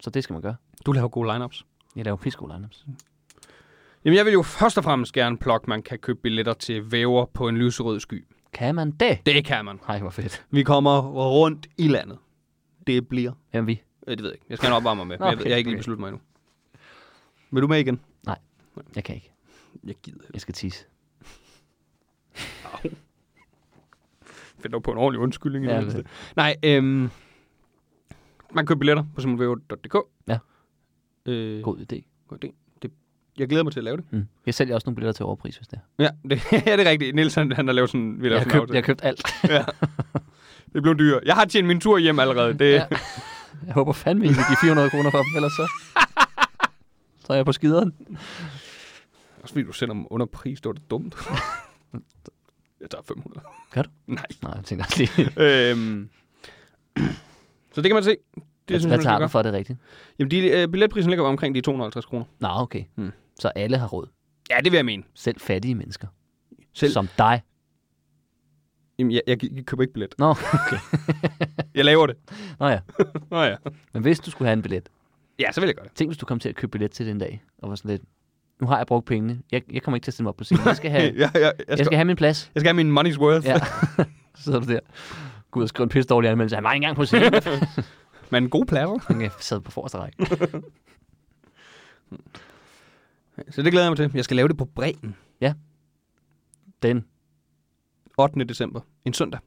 S2: Så det skal man gøre.
S1: Du laver gode lineups.
S2: Jeg laver pisse gode lineups.
S1: Jamen, jeg vil jo først og fremmest gerne plukke, man kan købe billetter til væver på en lyserød sky.
S2: Kan man det?
S1: Det kan man.
S2: Nej, hvor fedt.
S1: Vi kommer rundt i landet. Det bliver...
S2: Hvem er vi?
S1: Øh, det ved jeg ikke. Jeg skal nok opvarme mig med. men jeg, ved,
S2: Okay,
S1: jeg har ikke lige
S2: okay.
S1: besluttet mig endnu. Vil du med igen?
S2: Jeg kan ikke.
S1: Jeg gider ikke.
S2: Jeg skal tisse.
S1: Find dog på en ordentlig undskyldning. i
S2: Ja,
S1: det
S2: det er
S1: mindste. Nej, øhm, man køber billetter på simulvæver.dk.
S2: Ja.
S1: Øh,
S2: God idé.
S1: God idé. Det, jeg glæder mig til at lave det.
S2: Mm. Jeg sælger også nogle billetter til overpris, hvis det er.
S1: Ja, det, ja, det er rigtigt. Nielsen, han har lavet sådan... Vi har
S2: Jeg
S1: lavet
S2: har
S1: sådan en
S2: købt, jeg har købt alt.
S1: aftale. Det blev dyrt. Jeg har tjent min tur hjem allerede. Det,
S2: Ja. Jeg håber fandme, at I giver 400 kroner for dem, ellers så... Så er jeg på skideren.
S1: Også fordi du sender dem under pris, det var det dumt. jeg tager 500.
S2: Gør du?
S1: Nej.
S2: Nej, jeg tænker også lige...
S1: Øhm. Så det kan man se. Det
S2: Hvad,
S1: synes
S2: hvad
S1: jeg,
S2: tager
S1: man
S2: du
S1: skal
S2: for at det er rigtigt?
S1: gøre. Jamen, de, øh, billetprisen ligger omkring de 250 kroner.
S2: Nå, okay.
S1: Mm.
S2: Så alle har råd.
S1: Ja, det vil jeg mene.
S2: Selv fattige mennesker.
S1: Selv-
S2: Som dig.
S1: Jamen, jeg, jeg, jeg køber ikke billet.
S2: Nå, okay.
S1: Jeg laver det.
S2: Nå ja.
S1: Nå ja.
S2: Men hvis du skulle have en billet,
S1: Ja, så vil jeg gøre det.
S2: Tænk, hvis du kom til at købe billet til den dag, og var sådan lidt, nu har jeg brugt pengene, jeg, jeg kommer ikke til at stille mig op på scenen, jeg skal have,
S1: Jeg, jeg, jeg,
S2: jeg skal have min plads.
S1: jeg skal have min money's worth.
S2: Ja. Så sidder du der. Gud, og skriver en pisse dårlig anmeldelse. Han var ikke engang på scenen.
S1: Men gode pladser.
S2: Han sad på forreste række.
S1: Så det glæder jeg mig til. Jeg skal lave det på Bremen.
S2: Den,
S1: 8. december. En søndag.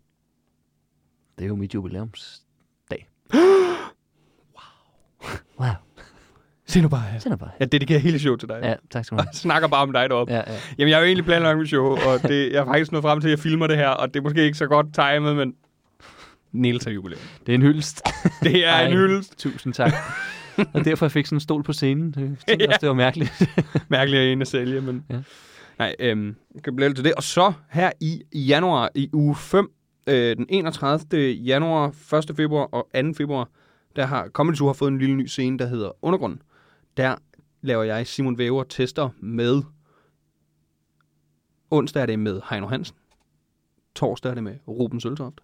S2: det er jo mit jubilæumsdag. wow. Wow.
S1: Se nu bare her.
S2: Send bare.
S1: Jeg dedikerer hele showet til dig.
S2: Ja, tak skal du have.
S1: Jeg snakker bare om dig deroppe.
S2: Ja, ja.
S1: Jamen, jeg har jo egentlig planlagt mit show, og det, jeg har faktisk nået frem til, at jeg filmer det her, og det er måske ikke så godt timet, men Niels er jubilæum.
S2: Det er en hyldest.
S1: Det er
S2: Ej,
S1: en hyldest.
S2: Tusind tak. Og derfor jeg fik sådan en stol på scenen. Det, tænkte jeg også, det var mærkeligt.
S1: Mærkeligt at ene at sælge, men...
S2: Ja.
S1: Ja. Nej, øhm, jeg kan blive lidt til det. Og så her i i januar, i uge 5, øh, den 31. januar, 1. februar og 2. februar, der har Comedy Zoo har fået en lille ny scene, der hedder Undergrund. Der laver jeg Simon Væver tester med... Onsdag er det med Heino Hansen. Torsdag er det med Ruben Søltoft.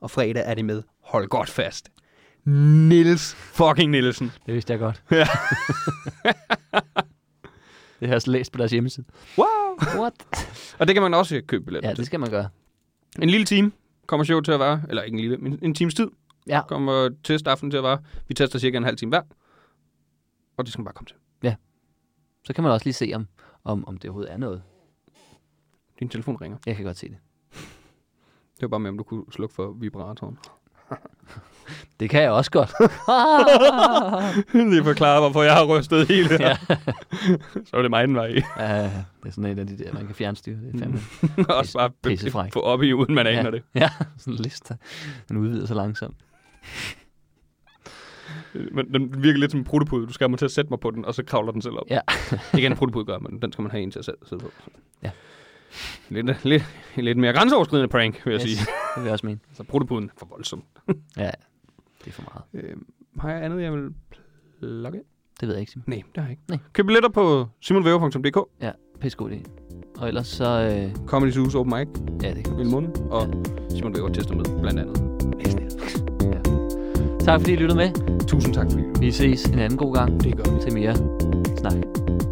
S1: Og fredag er det med Hold godt fast. Nils fucking Nielsen.
S2: Det vidste jeg godt.
S1: Ja.
S2: det har jeg også læst på deres hjemmeside.
S1: Wow!
S2: What?
S1: Og det kan man også købe billetter
S2: Ja,
S1: til.
S2: det skal man gøre.
S1: En lille time kommer showet til at være, eller ikke en lille, men en times tid
S2: Ja.
S1: kommer testaften til at være. Vi tester cirka en halv time hver, og det skal man bare komme til.
S2: Så kan man også lige se, om, om, om det overhovedet er noget.
S1: Din telefon ringer.
S2: Jeg kan godt se det.
S1: Det var bare med, om du kunne slukke for vibratoren.
S2: Det kan jeg også godt.
S1: Lige forklare, hvorfor jeg har rystet hele her.
S2: Ja.
S1: Ja. Så er det mig, den var i.
S2: uh, det er sådan en af de der, man kan fjernstyre. Det er fandme.
S1: Også bare
S2: pissefræk.
S1: få op i, uden man aner
S2: ja.
S1: Mm, det.
S2: Ja, sådan en liste. Den udvider sig langsomt.
S1: Men den virker lidt som en protopude. Du skal have mig til at sætte mig på den, og så kravler den selv op.
S2: Ja.
S1: Ikke en protopude gør, men den skal man have en til at sætte- sidde på.
S2: Ja.
S1: Lidt, lidt, lidt mere grænseoverskridende prank, vil jeg yes. sige.
S2: det vil jeg også mene.
S1: Så protopuden er for voldsom.
S2: Ja, det er for meget.
S1: Øh, har jeg andet, jeg vil plukke?
S2: Det ved jeg ikke, Simon.
S1: Nej, det har jeg ikke.
S2: Nej.
S1: Køb billetter på simonvæve.dk,
S2: Ja, pissegod idé. Og ellers så... Øh,
S1: Comedy Zoo's Open Mic
S2: ja, det kan man
S1: i en måned, og Simon Væver tester med, blandt andet.
S2: ja. Tak fordi I lyttede med.
S1: Tusind tak, fordi du
S2: Vi ses en anden god gang
S1: det gør vi.
S2: til mere snak.